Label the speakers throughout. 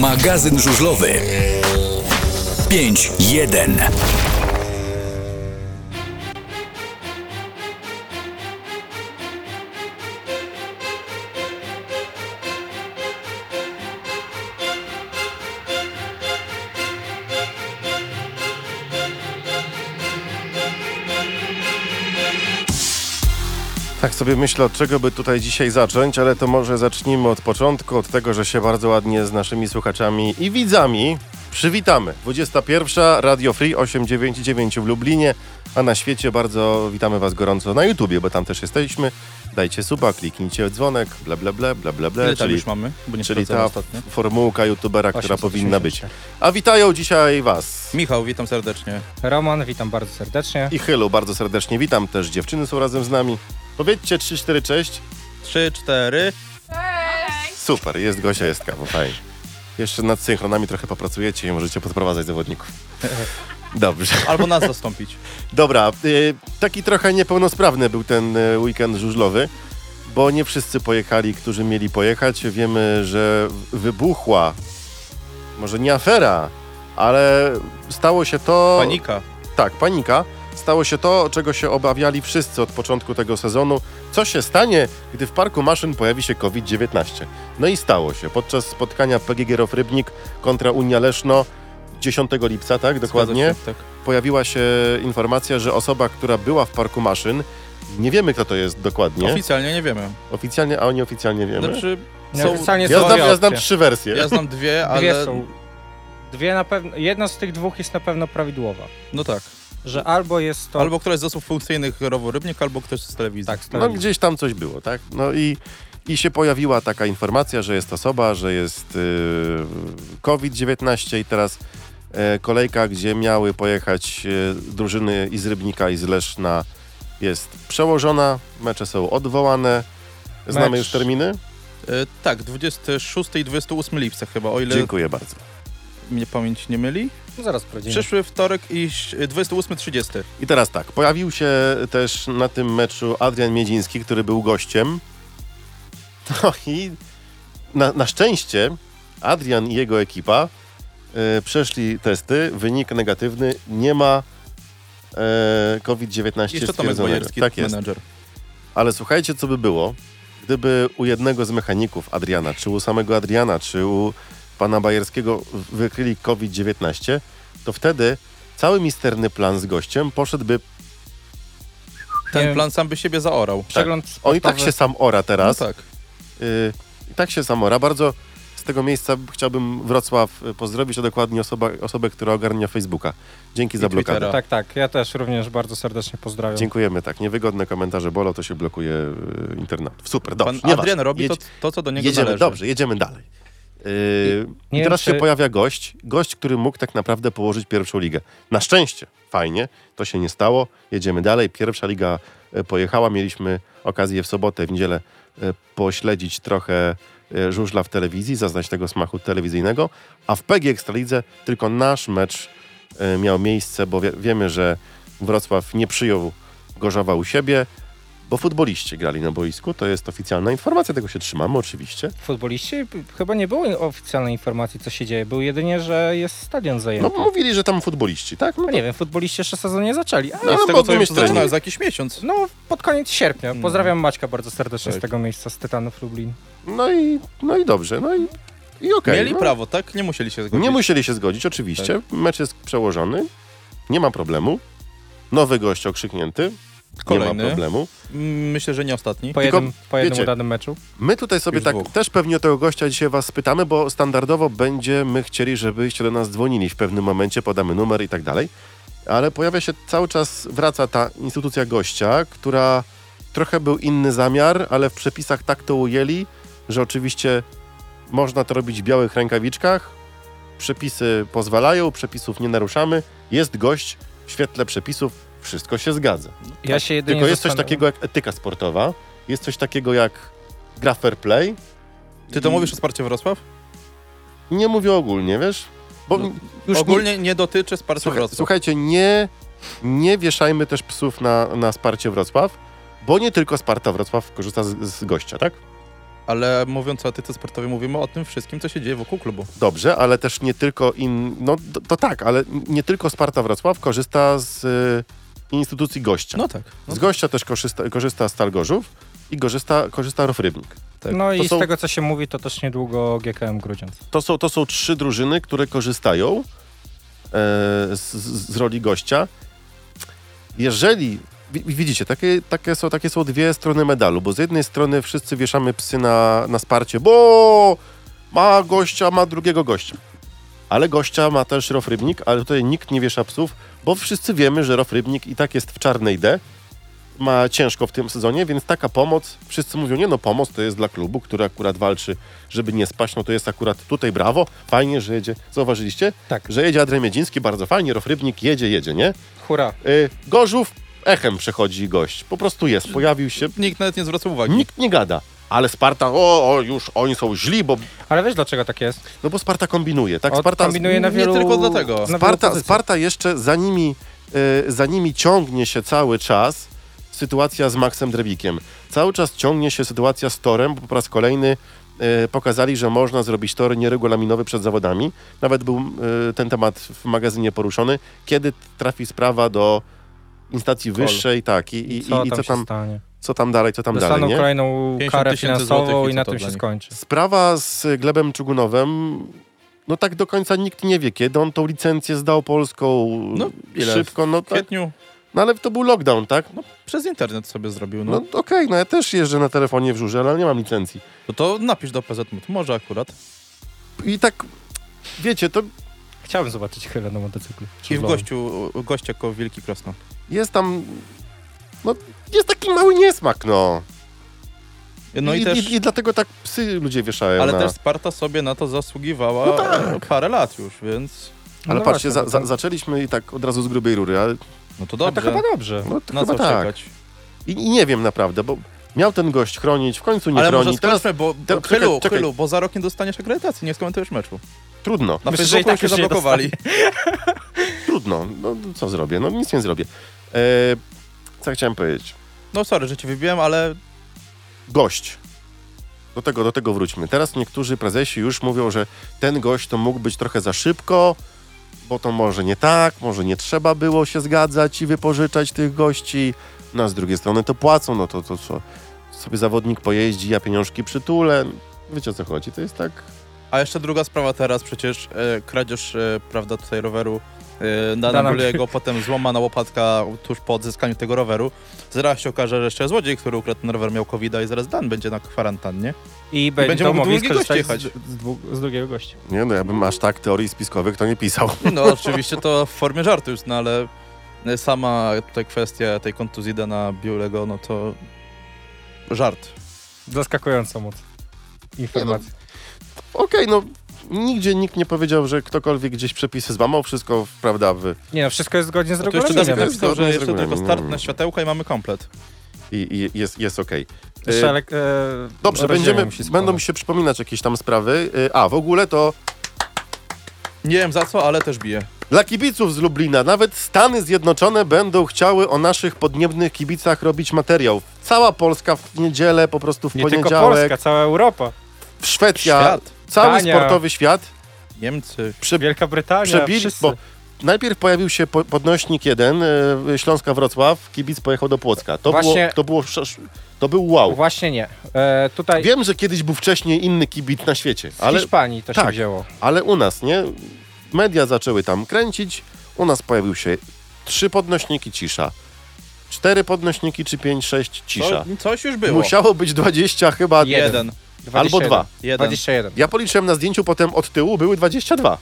Speaker 1: Magazyn żużlowy 5.1
Speaker 2: Tak sobie myślę, od czego by tutaj dzisiaj zacząć, ale to może zacznijmy od początku, od tego, że się bardzo ładnie z naszymi słuchaczami i widzami przywitamy. 21. Radio Free 899 w Lublinie, a na świecie bardzo witamy Was gorąco na YouTubie, bo tam też jesteśmy. Dajcie suba, kliknijcie dzwonek, bla bla bla bla bla bla.
Speaker 3: Ile tam już mamy? Bo nie
Speaker 2: czyli
Speaker 3: sprawdzałem
Speaker 2: ta
Speaker 3: ostatnio. tak.
Speaker 2: f- formułka YouTubera, która
Speaker 3: 800
Speaker 2: powinna być.
Speaker 3: tysięcy.
Speaker 2: A witają dzisiaj Was.
Speaker 3: Michał, witam serdecznie.
Speaker 4: Roman, witam bardzo serdecznie.
Speaker 2: I Chylu bardzo serdecznie witam, też dziewczyny są razem z nami. Powiedzcie 3, 4, cześć.
Speaker 3: 3, 4.
Speaker 2: Super, jest Gosia, jest kawa, fajnie. Jeszcze nad synchronami trochę popracujecie i możecie podprowadzać zawodników. Dobrze.
Speaker 3: Albo nas zastąpić.
Speaker 2: Dobra, y, taki trochę niepełnosprawny był ten y, weekend żużlowy, bo nie wszyscy pojechali, którzy mieli pojechać. Wiemy, że wybuchła, może nie afera, ale stało się to...
Speaker 3: Panika.
Speaker 2: Tak, panika. Stało się to, czego się obawiali wszyscy od początku tego sezonu. Co się stanie, gdy w parku maszyn pojawi się COVID-19? No i stało się. Podczas spotkania PGG Rof Rybnik kontra Unia Leszno 10 lipca, tak, dokładnie,
Speaker 3: Zgadza Się, tak.
Speaker 2: pojawiła się informacja, że osoba, która była w parku maszyn, nie wiemy kto to jest dokładnie,
Speaker 3: Oficjalnie nie wiemy.
Speaker 2: oficjalnie, a oni oficjalnie wiemy.
Speaker 3: Znaczy,
Speaker 4: Nieoficjalnie
Speaker 2: ja,
Speaker 4: są
Speaker 2: znam,
Speaker 4: dwie
Speaker 2: ja znam
Speaker 4: opcje.
Speaker 2: trzy wersje.
Speaker 3: ja znam dwie, ale.
Speaker 4: Dwie są. Dwie na pewno, jedna z tych dwóch jest na pewno prawidłowa.
Speaker 3: No tak.
Speaker 4: Że albo jest to.
Speaker 3: Albo któraś z osób funkcyjnych rowu rybnik, albo ktoś z telewizji.
Speaker 4: Tak, z
Speaker 2: No
Speaker 4: telewizji.
Speaker 2: gdzieś tam coś było, tak? No i, i się pojawiła taka informacja, że jest osoba, że jest yy, COVID-19 i teraz e, kolejka, gdzie miały pojechać e, drużyny i z Rybnika i z Leszna jest przełożona, mecze są odwołane. Znamy
Speaker 4: Mecz.
Speaker 2: już terminy?
Speaker 3: E, tak, 26 i 28 lipca chyba, o ile
Speaker 2: Dziękuję bardzo.
Speaker 3: mnie pamięć nie myli.
Speaker 4: No zaraz sprawdzimy.
Speaker 3: Przyszły wtorek i ś- 28-30.
Speaker 2: I teraz tak, pojawił się też na tym meczu Adrian Miedziński, który był gościem. No i na, na szczęście Adrian i jego ekipa e, przeszli testy, wynik negatywny, nie ma e, COVID-19
Speaker 3: Jeszcze Tomek
Speaker 2: stwierdzonego.
Speaker 3: Bojerski,
Speaker 2: Tak jest.
Speaker 3: menedżer.
Speaker 2: Ale słuchajcie, co by było, gdyby u jednego z mechaników Adriana, czy u samego Adriana, czy u pana Bajerskiego wykryli COVID-19, to wtedy cały misterny plan z gościem poszedłby
Speaker 3: Ten
Speaker 4: Nie.
Speaker 3: plan sam by siebie zaorał.
Speaker 4: Przegląd
Speaker 2: On i tak
Speaker 4: sportowy.
Speaker 2: się sam ora teraz.
Speaker 3: No tak.
Speaker 2: Y, I tak się sam ora. Bardzo z tego miejsca chciałbym Wrocław y, pozdrowić, a dokładnie osoba, osobę, która ogarnia Facebooka. Dzięki za
Speaker 3: Twittera.
Speaker 2: blokadę.
Speaker 4: Tak, tak. Ja też również bardzo serdecznie pozdrawiam.
Speaker 2: Dziękujemy, tak. Niewygodne komentarze bolą, to się blokuje y, internet. Super, dobrze.
Speaker 3: Pan
Speaker 2: nieważne.
Speaker 3: Adrian robi to,
Speaker 2: Jedź-
Speaker 3: to, co do niego
Speaker 2: jedziemy,
Speaker 3: należy.
Speaker 2: dobrze, jedziemy dalej. Y,
Speaker 4: nie
Speaker 2: I
Speaker 4: wiem,
Speaker 2: teraz się
Speaker 4: czy-
Speaker 2: pojawia gość, gość, który mógł tak naprawdę położyć pierwszą ligę. Na szczęście, fajnie, to się nie stało, jedziemy dalej. Pierwsza liga e, pojechała, mieliśmy okazję w sobotę, w niedzielę e, pośledzić trochę e, żużla w telewizji, zaznać tego smaku telewizyjnego, a w PG Ekstralidze tylko nasz mecz e, miał miejsce, bo wie, wiemy, że Wrocław nie przyjął Gorzowa u siebie, bo futboliści grali na boisku, to jest oficjalna informacja, tego się trzymamy oczywiście.
Speaker 4: Futboliści p- chyba nie było oficjalnej informacji, co się dzieje. Był jedynie, że jest stadion
Speaker 2: No
Speaker 4: zajęty.
Speaker 2: mówili, że tam futboliści, tak? No,
Speaker 4: No nie wiem, futboliści jeszcze sezon nie zaczęli, ale
Speaker 2: No,
Speaker 3: I z
Speaker 2: bo
Speaker 3: tego co wiem,
Speaker 2: odnieść
Speaker 3: to
Speaker 2: trening.
Speaker 3: zaczynają za jakiś miesiąc.
Speaker 4: no pod koniec sierpnia.
Speaker 2: Hmm.
Speaker 3: Mm.
Speaker 4: Pozdrawiam Maćka bardzo serdecznie
Speaker 3: Tak.
Speaker 4: z tego miejsca, z Tytanów Lublin.
Speaker 2: no, i, no i dobrze, no i, i okej.
Speaker 3: Mieli Tak.
Speaker 2: no.
Speaker 3: prawo, tak? Nie musieli się zgodzić.
Speaker 2: Nie musieli się zgodzić, oczywiście. Mecz jest przełożony, nie ma problemu. Nowy gość okrzyknięty, nie ma
Speaker 3: Kolejny.
Speaker 2: problemu.
Speaker 3: Mm, Myślę, że nie ostatni.
Speaker 4: Po
Speaker 2: Tylko,
Speaker 4: jednym, po jednym
Speaker 2: wiecie,
Speaker 4: udanym meczu.
Speaker 2: My tutaj sobie
Speaker 3: Już
Speaker 2: tak
Speaker 3: dwóch.
Speaker 2: też pewnie o tego gościa dzisiaj was spytamy, bo standardowo będziemy chcieli, żebyście do nas dzwonili w pewnym momencie, podamy numer i tak dalej. Ale pojawia się cały czas, wraca ta instytucja gościa, która trochę był inny zamiar, ale w przepisach tak to ujęli, że oczywiście można to robić w białych rękawiczkach. Przepisy pozwalają, przepisów nie naruszamy. Jest gość w świetle przepisów, wszystko się zgadza.
Speaker 4: Ja się jedynie
Speaker 2: Tak. Tylko jest coś
Speaker 4: zastanawiam-
Speaker 2: takiego jak etyka sportowa, jest coś takiego jak gra fair play.
Speaker 3: Ty to
Speaker 2: I
Speaker 3: mówisz o Sparcie Wrocław?
Speaker 2: Nie mówię ogólnie, wiesz? Bo
Speaker 3: No,
Speaker 2: już nie,
Speaker 3: Ogólnie nie dotyczy Sparcia
Speaker 2: słuchaj,
Speaker 3: Wrocław.
Speaker 2: słuchajcie, nie, nie wieszajmy też psów na, na Sparcie Wrocław, bo nie tylko Sparta Wrocław korzysta z, z gościa, tak?
Speaker 3: ale mówiąc o etyce sportowej, mówimy o tym wszystkim, co się dzieje wokół klubu.
Speaker 2: Dobrze, ale też nie tylko in... No to, to tak, ale nie tylko Sparta Wrocław korzysta z y, instytucji gościa.
Speaker 3: No tak. No,
Speaker 2: Z gościa też korzysta, korzysta Stal Gorzów i korzysta, korzysta Rof Rybnik.
Speaker 3: tak.
Speaker 4: No
Speaker 2: To
Speaker 4: i
Speaker 2: są-
Speaker 4: z tego, co się mówi, to też niedługo GKM Grudziądz.
Speaker 2: To są, to są trzy drużyny, które korzystają e, z, z z roli gościa. Jeżeli, wi- widzicie, takie, takie, są, takie są dwie strony medalu, bo z jednej strony wszyscy wieszamy psy na, na sparcie, bo ma gościa, ma drugiego gościa. Ale gościa ma też Rof Rybnik, ale tutaj nikt nie wiesza psów, bo wszyscy wiemy, że Rof Rybnik i tak jest w czarnej D. Ma ciężko w tym sezonie, więc taka pomoc, wszyscy mówią, nie no pomoc to jest dla klubu, który akurat walczy, żeby nie spaść, no to jest akurat tutaj brawo, fajnie, że jedzie, zauważyliście?
Speaker 4: Tak.
Speaker 2: Że jedzie Adrian Miedziński, bardzo fajnie, Rof Rybnik jedzie, jedzie, nie?
Speaker 4: Hurra.
Speaker 2: Y, Gorzów echem przechodzi gość, po prostu jest, pojawił się,
Speaker 3: Nikt nawet nie zwraca uwagi.
Speaker 2: nikt nie gada, ale Sparta, o, o już oni są źli, bo,
Speaker 4: Ale wiesz, dlaczego tak jest?
Speaker 2: no bo Sparta kombinuje, tak?
Speaker 4: Od-
Speaker 2: Sparta,
Speaker 4: kombinuje na
Speaker 3: nie
Speaker 4: wielu...
Speaker 3: tylko dlatego.
Speaker 4: na wielu
Speaker 2: Sparta,
Speaker 4: pozycjach.
Speaker 2: Sparta jeszcze za nimi, y, za nimi ciągnie się cały czas sytuacja z Maxem Drewikiem. Cały czas ciągnie się sytuacja z torem, bo po raz kolejny y, pokazali, że można zrobić tor nieregulaminowy przed zawodami. Nawet był y, ten temat w magazynie poruszony. Kiedy trafi sprawa do instancji
Speaker 3: Kol.
Speaker 2: wyższej, tak, i, i, i,
Speaker 4: Co
Speaker 2: i
Speaker 4: tam
Speaker 2: co,
Speaker 4: się
Speaker 2: tam,
Speaker 4: stanie?
Speaker 2: co tam dalej, co tam dalej,
Speaker 4: Dostaną
Speaker 2: nie?
Speaker 4: kolejną
Speaker 3: 50
Speaker 4: karę
Speaker 3: tysięcy
Speaker 4: finansową
Speaker 3: złotych i
Speaker 4: i na
Speaker 3: co
Speaker 4: tym
Speaker 3: dla
Speaker 4: się
Speaker 3: nich?
Speaker 4: skończy.
Speaker 2: Sprawa z Glebem Czugunowem, no tak do końca nikt nie wie, kiedy on tą licencję zdał polską,
Speaker 3: No, ile?
Speaker 2: szybko, no
Speaker 3: W
Speaker 2: tak.
Speaker 3: kwietniu
Speaker 2: No ale to był lockdown, tak?
Speaker 3: no, przez internet sobie zrobił.
Speaker 2: No
Speaker 3: No.
Speaker 2: okej, no ja też jeżdżę na telefonie w żurze, ale nie mam licencji.
Speaker 3: No to napisz do PZMUT. Może akurat.
Speaker 2: I tak, wiecie, to
Speaker 4: Chciałbym zobaczyć chwilę na motocyklu.
Speaker 3: I w
Speaker 2: no.
Speaker 4: żużlowym.
Speaker 3: gościu, gość jako Wielki Krosno.
Speaker 2: jest tam, no jest taki mały niesmak, no.
Speaker 3: No i,
Speaker 2: I,
Speaker 3: też...
Speaker 2: i, dlatego tak psy ludzie wieszają
Speaker 3: ale
Speaker 2: na...
Speaker 3: też Sparta sobie na to zasługiwała
Speaker 2: No tak.
Speaker 3: parę lat już, więc...
Speaker 2: ale
Speaker 4: no
Speaker 2: patrzcie,
Speaker 4: właśnie,
Speaker 2: za, za,
Speaker 4: to-
Speaker 2: zaczęliśmy i tak od razu z grubej rury, ale
Speaker 3: No to
Speaker 4: A
Speaker 3: dobrze.
Speaker 4: to chyba dobrze.
Speaker 2: no, to
Speaker 3: Na
Speaker 2: chyba
Speaker 3: co
Speaker 2: tak.
Speaker 3: czekać?
Speaker 2: I, I nie wiem naprawdę, bo miał ten gość chronić, w końcu nie
Speaker 3: Ale
Speaker 2: chroni.
Speaker 3: może
Speaker 2: Teraz
Speaker 3: skończmy, bo,
Speaker 2: te-
Speaker 3: bo
Speaker 2: czekaj,
Speaker 3: Krylu,
Speaker 2: czekaj.
Speaker 3: Krylu, bo za rok nie dostaniesz akredytacji, nie skomentujesz meczu.
Speaker 2: trudno,
Speaker 3: Na
Speaker 4: Myślę, że i
Speaker 3: Facebooku
Speaker 4: tak
Speaker 3: już się
Speaker 4: już nie
Speaker 3: zablokowali.
Speaker 2: trudno. No co zrobię? No nic nie zrobię. E, co chciałem powiedzieć?
Speaker 3: No sorry, że cię wybiłem, ale
Speaker 2: gość. Do tego, do tego wróćmy. Teraz niektórzy prezesi już mówią, że ten gość to mógł być trochę za szybko, bo to może nie tak, może nie trzeba było się zgadzać i wypożyczać tych gości. No a z drugiej strony to płacą, no to, to co? Sobie zawodnik pojeździ, ja pieniążki przytulę. Wiecie o co chodzi? To jest tak...
Speaker 3: A jeszcze druga sprawa teraz, przecież e, kradzież, e, prawda, tutaj roweru e,
Speaker 4: Dana-
Speaker 3: Dana jego potem złamana łopatka tuż po odzyskaniu tego roweru. Zaraz się okaże, że jeszcze złodziej, który ukradł ten rower miał covid i zaraz Dan będzie na kwarantannie.
Speaker 4: I
Speaker 3: będzie
Speaker 4: będą
Speaker 3: mógł
Speaker 4: mogli
Speaker 3: drugi gość
Speaker 4: skorzystać
Speaker 3: jechać.
Speaker 4: z, z, dwu- z drugiego gościa.
Speaker 2: Nie no, ja bym aż tak teorii spiskowych to nie pisał.
Speaker 3: No oczywiście to w formie żartu już, no ale e, sama tutaj kwestia tej kontuzji Dana Biulego, no to żart.
Speaker 4: Zaskakująco moc informacji.
Speaker 2: Okej, no nigdzie nikt nie powiedział, że ktokolwiek gdzieś przepisy złamał, wszystko, prawda, w...
Speaker 4: Nie no, wszystko jest zgodnie z
Speaker 3: No to jeszcze Dan
Speaker 4: regulaminem.
Speaker 2: jest
Speaker 3: napisał,
Speaker 2: zgodne z no.
Speaker 3: że jeszcze tylko
Speaker 2: regulaminem.
Speaker 3: start na światełka i mamy komplet.
Speaker 2: i, i jest, jest okej. E,
Speaker 4: Szereg, e,
Speaker 2: Dobrze,
Speaker 4: rodziny
Speaker 2: będziemy,
Speaker 4: musi składać.
Speaker 2: będą mi się przypominać jakieś tam sprawy. Y, A, w ogóle to
Speaker 3: Nie wiem za co, ale też bije.
Speaker 2: dla kibiców z Lublina nawet Stany Zjednoczone będą chciały o naszych podniebnych kibicach robić materiał. Cała Polska w niedzielę, po prostu w
Speaker 4: Nie tylko
Speaker 2: poniedziałek,
Speaker 4: Polska, cała Europa,
Speaker 2: Szwecja,
Speaker 3: Świat.
Speaker 2: cały
Speaker 4: Dania.
Speaker 2: sportowy świat.
Speaker 3: Niemcy.
Speaker 2: Prze-
Speaker 4: Wielka Brytania,
Speaker 2: przebili,
Speaker 4: wszyscy.
Speaker 2: bo najpierw pojawił się po, podnośnik jeden, y, Śląska-Wrocław, kibic pojechał do Płocka. To, było,
Speaker 4: Właśnie-
Speaker 2: to, było, sz- sz- to był wow.
Speaker 4: Właśnie nie. E, tutaj
Speaker 2: Wiem, że kiedyś był wcześniej inny kibic na świecie,
Speaker 4: z
Speaker 2: ale
Speaker 4: Hiszpanii to się
Speaker 2: tak.
Speaker 4: wzięło.
Speaker 2: Ale u nas, nie? Media zaczęły tam kręcić, u nas pojawił się trzy podnośniki, cisza. Cztery podnośniki, czy pięć, sześć, cisza.
Speaker 3: Co, coś już było.
Speaker 2: Musiało być 20 chyba...
Speaker 3: Jeden.
Speaker 2: Albo dwa.
Speaker 4: 21.
Speaker 3: Jeden.
Speaker 4: 21.
Speaker 2: Ja policzyłem na zdjęciu, potem od tyłu były 22.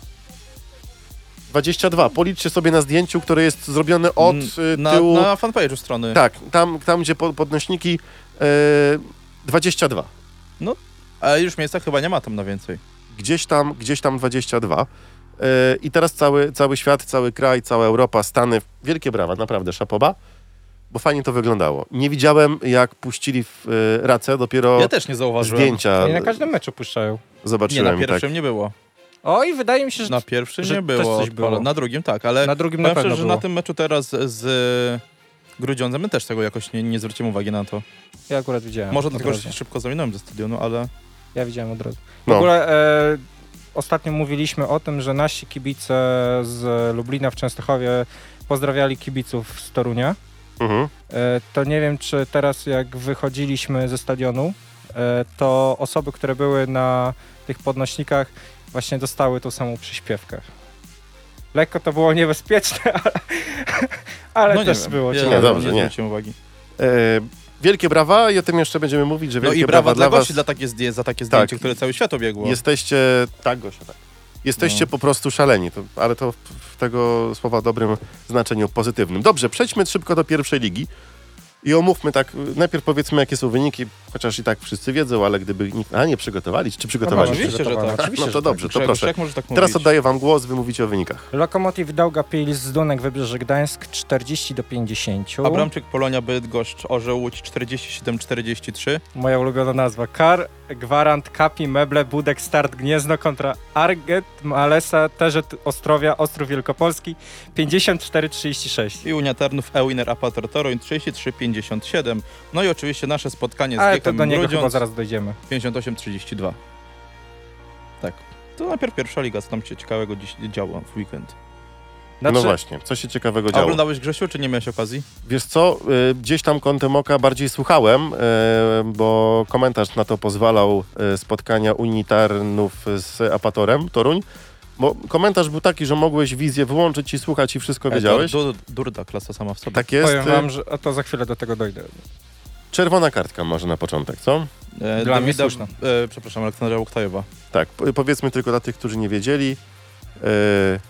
Speaker 2: 22. Policzcie sobie na zdjęciu, które jest zrobione od y,
Speaker 3: Mm, na,
Speaker 2: tyłu.
Speaker 3: Na fanpage'u strony.
Speaker 2: Tak, tam, tam gdzie po- podnośniki y, 22.
Speaker 3: A już miejsca chyba nie ma tam na więcej.
Speaker 2: gdzieś tam, gdzieś tam 22. Yy, I teraz cały, cały świat, cały kraj, cała Europa, Stany, wielkie brawa, naprawdę, szapoba, bo fajnie to wyglądało. Nie widziałem, jak puścili w y, racę, dopiero
Speaker 3: Ja też nie zauważyłem.
Speaker 2: zdjęcia
Speaker 4: I na każdym meczu puszczają.
Speaker 3: Nie, na
Speaker 2: zobaczyłem.
Speaker 3: pierwszym
Speaker 2: tak.
Speaker 3: nie było.
Speaker 4: O i wydaje mi się, że
Speaker 3: Na pierwszym
Speaker 4: że
Speaker 3: nie
Speaker 4: też
Speaker 3: było.
Speaker 4: coś
Speaker 3: odpala-
Speaker 4: było.
Speaker 3: Na drugim tak, ale
Speaker 4: na drugim na
Speaker 3: powiem szczerze,
Speaker 4: pewno
Speaker 3: że
Speaker 4: było.
Speaker 3: na tym meczu teraz z Grudziądza, my też tego jakoś nie, nie zwrócimy uwagi na to.
Speaker 4: Ja akurat widziałem.
Speaker 3: Może
Speaker 4: od
Speaker 3: dlatego
Speaker 4: razu.
Speaker 3: że się szybko zawinąłem ze stadionu, ale
Speaker 4: Ja widziałem od razu. W
Speaker 2: No,
Speaker 4: ogóle e, ostatnio mówiliśmy o tym, że nasi kibice z Lublina w Częstochowie pozdrawiali kibiców z Torunia.
Speaker 2: mhm.
Speaker 4: E, to nie wiem, czy teraz jak wychodziliśmy ze stadionu, e, to osoby, które były na tych podnośnikach właśnie dostały tą samą przyśpiewkę. Lekko to było niebezpieczne, ale, ale
Speaker 3: no nie
Speaker 4: też
Speaker 3: wiem.
Speaker 4: było.
Speaker 3: Ja,
Speaker 4: ciekawe.
Speaker 2: Nie, dobrze,
Speaker 3: nie,
Speaker 2: nie.
Speaker 3: zwróciłem uwagi.
Speaker 2: E, wielkie brawa i o tym jeszcze będziemy mówić, że
Speaker 3: No
Speaker 2: wielkie
Speaker 3: i brawa dla
Speaker 2: was.
Speaker 3: gości dla takie zdję- za takie
Speaker 2: Tak.
Speaker 3: zdjęcie, które cały świat obiegło.
Speaker 2: Jesteście, tak Gosia, tak. Jesteście
Speaker 3: No.
Speaker 2: po prostu szaleni, to, ale to w, w tego słowa dobrym znaczeniu pozytywnym. Dobrze, przejdźmy szybko do pierwszej ligi i omówmy tak, y, najpierw powiedzmy jakie są wyniki, chociaż i tak wszyscy wiedzą, ale gdyby nikt, a nie przygotowali, czy
Speaker 4: No,
Speaker 2: przygotowali?
Speaker 4: no,
Speaker 3: oczywiście, że tak. Oczywiście,
Speaker 2: No to
Speaker 3: że
Speaker 2: dobrze,
Speaker 3: tak.
Speaker 2: to proszę.
Speaker 3: Jak możesz tak mówić?
Speaker 2: Teraz oddaję wam głos, wy mówicie o wynikach.
Speaker 4: Lokomotiv Dauga Pils z Dunek Wybrzeże Gdańsk 40 do 50.
Speaker 3: Abramczyk, Polonia, Bydgoszcz, Orzeł, Łódź 47-43.
Speaker 4: Moja ulubiona nazwa. Kar, Gwarant, Kapi, Meble, Budek, Start, Gniezno kontra Arget, Malesa, Terzet, Ostrowia, Ostrów Wielkopolski 54-36.
Speaker 3: I Unia Tarnów, Ewiner, Apator Toruń 33-57. No i oczywiście nasze spotkanie z
Speaker 4: Ale to
Speaker 3: Giechą
Speaker 4: do niego chyba
Speaker 3: Grudziądz
Speaker 4: zaraz dojdziemy.
Speaker 3: 58-32. Tak. To najpierw pierwsza liga, co tam się ciekawego dziś działo w weekend.
Speaker 2: No
Speaker 4: Znaczy,
Speaker 2: właśnie, co się ciekawego
Speaker 3: A
Speaker 2: działo?
Speaker 3: oglądałeś Grzesiu, czy nie miałeś okazji?
Speaker 2: Wiesz co, y, gdzieś tam kątem oka bardziej słuchałem, y, bo komentarz na to pozwalał y, spotkania unitarnów z Apatorem Toruń. Bo komentarz był taki, że mogłeś wizję włączyć i słuchać i wszystko wiedziałeś.
Speaker 3: Dur, E, durda klasa sama w sobie.
Speaker 2: Tak jest.
Speaker 4: E, powiem wam,
Speaker 2: Y,
Speaker 4: że a to za chwilę do tego dojdę.
Speaker 2: Czerwona kartka może na początek, co?
Speaker 3: E,
Speaker 4: Dla mnie
Speaker 3: Dawida-
Speaker 4: słuszna.
Speaker 3: e, przepraszam, Aleksandra Łuktajowa.
Speaker 2: Tak, p- powiedzmy tylko dla tych, którzy nie wiedzieli. y,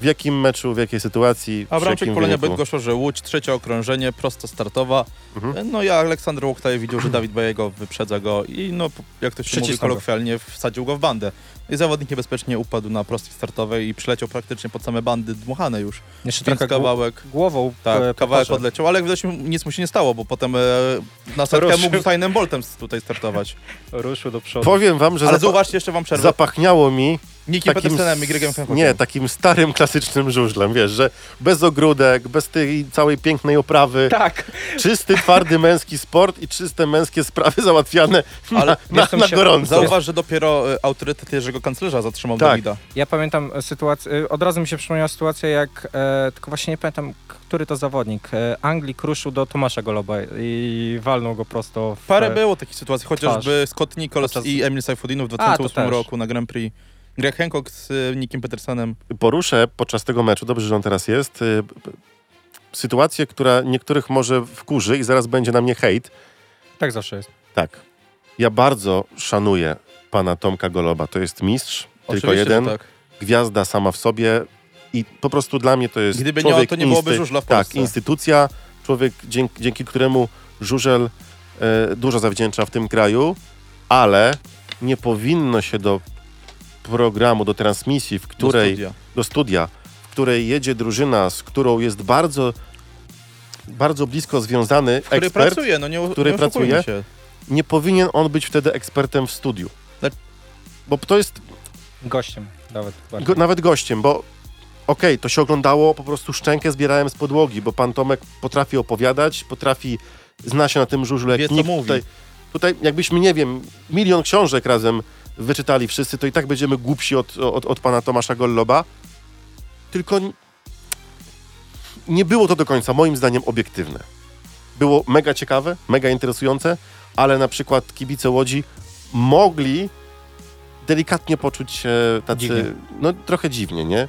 Speaker 2: W jakim meczu, w jakiej sytuacji, przy
Speaker 3: Abramczyk,
Speaker 2: jakim
Speaker 3: Polonia,
Speaker 2: wyniku?
Speaker 3: Bydgoszcz, Orzeł, Łódź, trzecie okrążenie, prosto startowa.
Speaker 2: Mhm.
Speaker 3: E, No ja Aleksander Łuktaj widział, że Dawid Bajego wyprzedza go i no, p- jak to się mówi
Speaker 4: Przycisnął go.
Speaker 3: kolokwialnie, wsadził go w bandę. I zawodnik niebezpiecznie upadł na prostej startowej i przyleciał praktycznie pod same bandy dmuchane już.
Speaker 4: Jeszcze
Speaker 3: Więc
Speaker 4: trochę głową,
Speaker 3: kawałek,
Speaker 4: głową
Speaker 3: tak,
Speaker 4: e,
Speaker 3: kawałek
Speaker 4: pokażę.
Speaker 3: odleciał, ale widać nic mu się nie stało, bo potem e, na setkę
Speaker 4: Ruszył.
Speaker 3: mógł tajnym boltem s- tutaj startować.
Speaker 4: ruszył do przodu.
Speaker 2: Powiem wam, że
Speaker 3: Ale
Speaker 2: zapa-
Speaker 3: zauważcie, jeszcze wam przerwę.
Speaker 2: zapachniało mi
Speaker 3: Nikim
Speaker 2: takim,
Speaker 3: Petersenem i Gregiem
Speaker 2: s-
Speaker 3: Fenhochem.
Speaker 2: nie, takim starym, klasycznym żużlem, wiesz, że bez ogródek, bez tej całej pięknej oprawy,
Speaker 4: Tak,
Speaker 2: czysty, twardy męski sport i czyste męskie sprawy załatwiane na,
Speaker 3: Ale
Speaker 2: na,
Speaker 4: jestem
Speaker 2: na
Speaker 4: się-
Speaker 2: gorąco.
Speaker 3: Zauważ, że dopiero e, autorytet Jerzego Kanclerza zatrzymał
Speaker 2: Tak.
Speaker 3: Dawida.
Speaker 4: ja pamiętam e, sytuację, e, od razu mi się przypomniała sytuacja jak, e, tylko właśnie nie pamiętam, k- który to zawodnik, e, Anglik ruszył do Tomasza Goloba i walnął go prosto w...
Speaker 3: Parę
Speaker 4: e,
Speaker 3: było takich sytuacji, chociażby Scott Nichols
Speaker 4: Podczas-
Speaker 3: i Emil Saifuddinu w
Speaker 4: A, to
Speaker 3: 2008
Speaker 4: też.
Speaker 3: roku na Grand Prix. Greg Hancock z y, Nikim Petersenem.
Speaker 2: Poruszę podczas tego meczu, dobrze, że on teraz jest, y, p- p- sytuację, która niektórych może wkurzy i zaraz będzie na mnie hejt.
Speaker 4: Tak zawsze jest.
Speaker 2: Tak, ja bardzo szanuję pana Tomka Goloba, to jest mistrz, tylko jeden,
Speaker 3: że Tak.
Speaker 2: gwiazda sama w sobie i po prostu dla mnie to jest
Speaker 3: Gdyby nie
Speaker 2: człowiek,
Speaker 3: on, to nie byłoby
Speaker 2: instynkt.
Speaker 3: żużla w
Speaker 2: Tak,
Speaker 3: Polsce.
Speaker 2: instytucja, człowiek, dzięki, dzięki któremu żużel e, dużo zawdzięcza w tym kraju, ale nie powinno się do programu, do transmisji, w
Speaker 3: Do
Speaker 2: której, do studia,
Speaker 3: studia.
Speaker 2: w której jedzie drużyna, z którą jest bardzo, bardzo blisko związany
Speaker 3: Który
Speaker 2: ekspert,
Speaker 3: pracuje, no nie, u-
Speaker 2: który
Speaker 3: nie oszukujmy
Speaker 2: pracuje.
Speaker 3: się.
Speaker 2: nie powinien on być wtedy ekspertem w studiu.
Speaker 3: Dla-
Speaker 2: Bo to jest
Speaker 4: Gościem nawet. bardziej.
Speaker 2: go, nawet gościem, bo okej, to się oglądało, po prostu szczękę zbierałem z podłogi, bo pan Tomek potrafi opowiadać, potrafi, zna się na tym żużlu, jak
Speaker 3: Wie, co
Speaker 2: nikt
Speaker 3: mówi.
Speaker 2: tutaj, tutaj jakbyśmy, nie wiem, milion książek razem wyczytali wszyscy, to i tak będziemy głupsi od, od, od pana Tomasza Golloba, tylko n- nie było to do końca, moim zdaniem, obiektywne. Było mega ciekawe, mega interesujące, ale na przykład kibice Łodzi mogli delikatnie poczuć się tacy,
Speaker 4: Dziwnie.
Speaker 2: no trochę dziwnie, nie?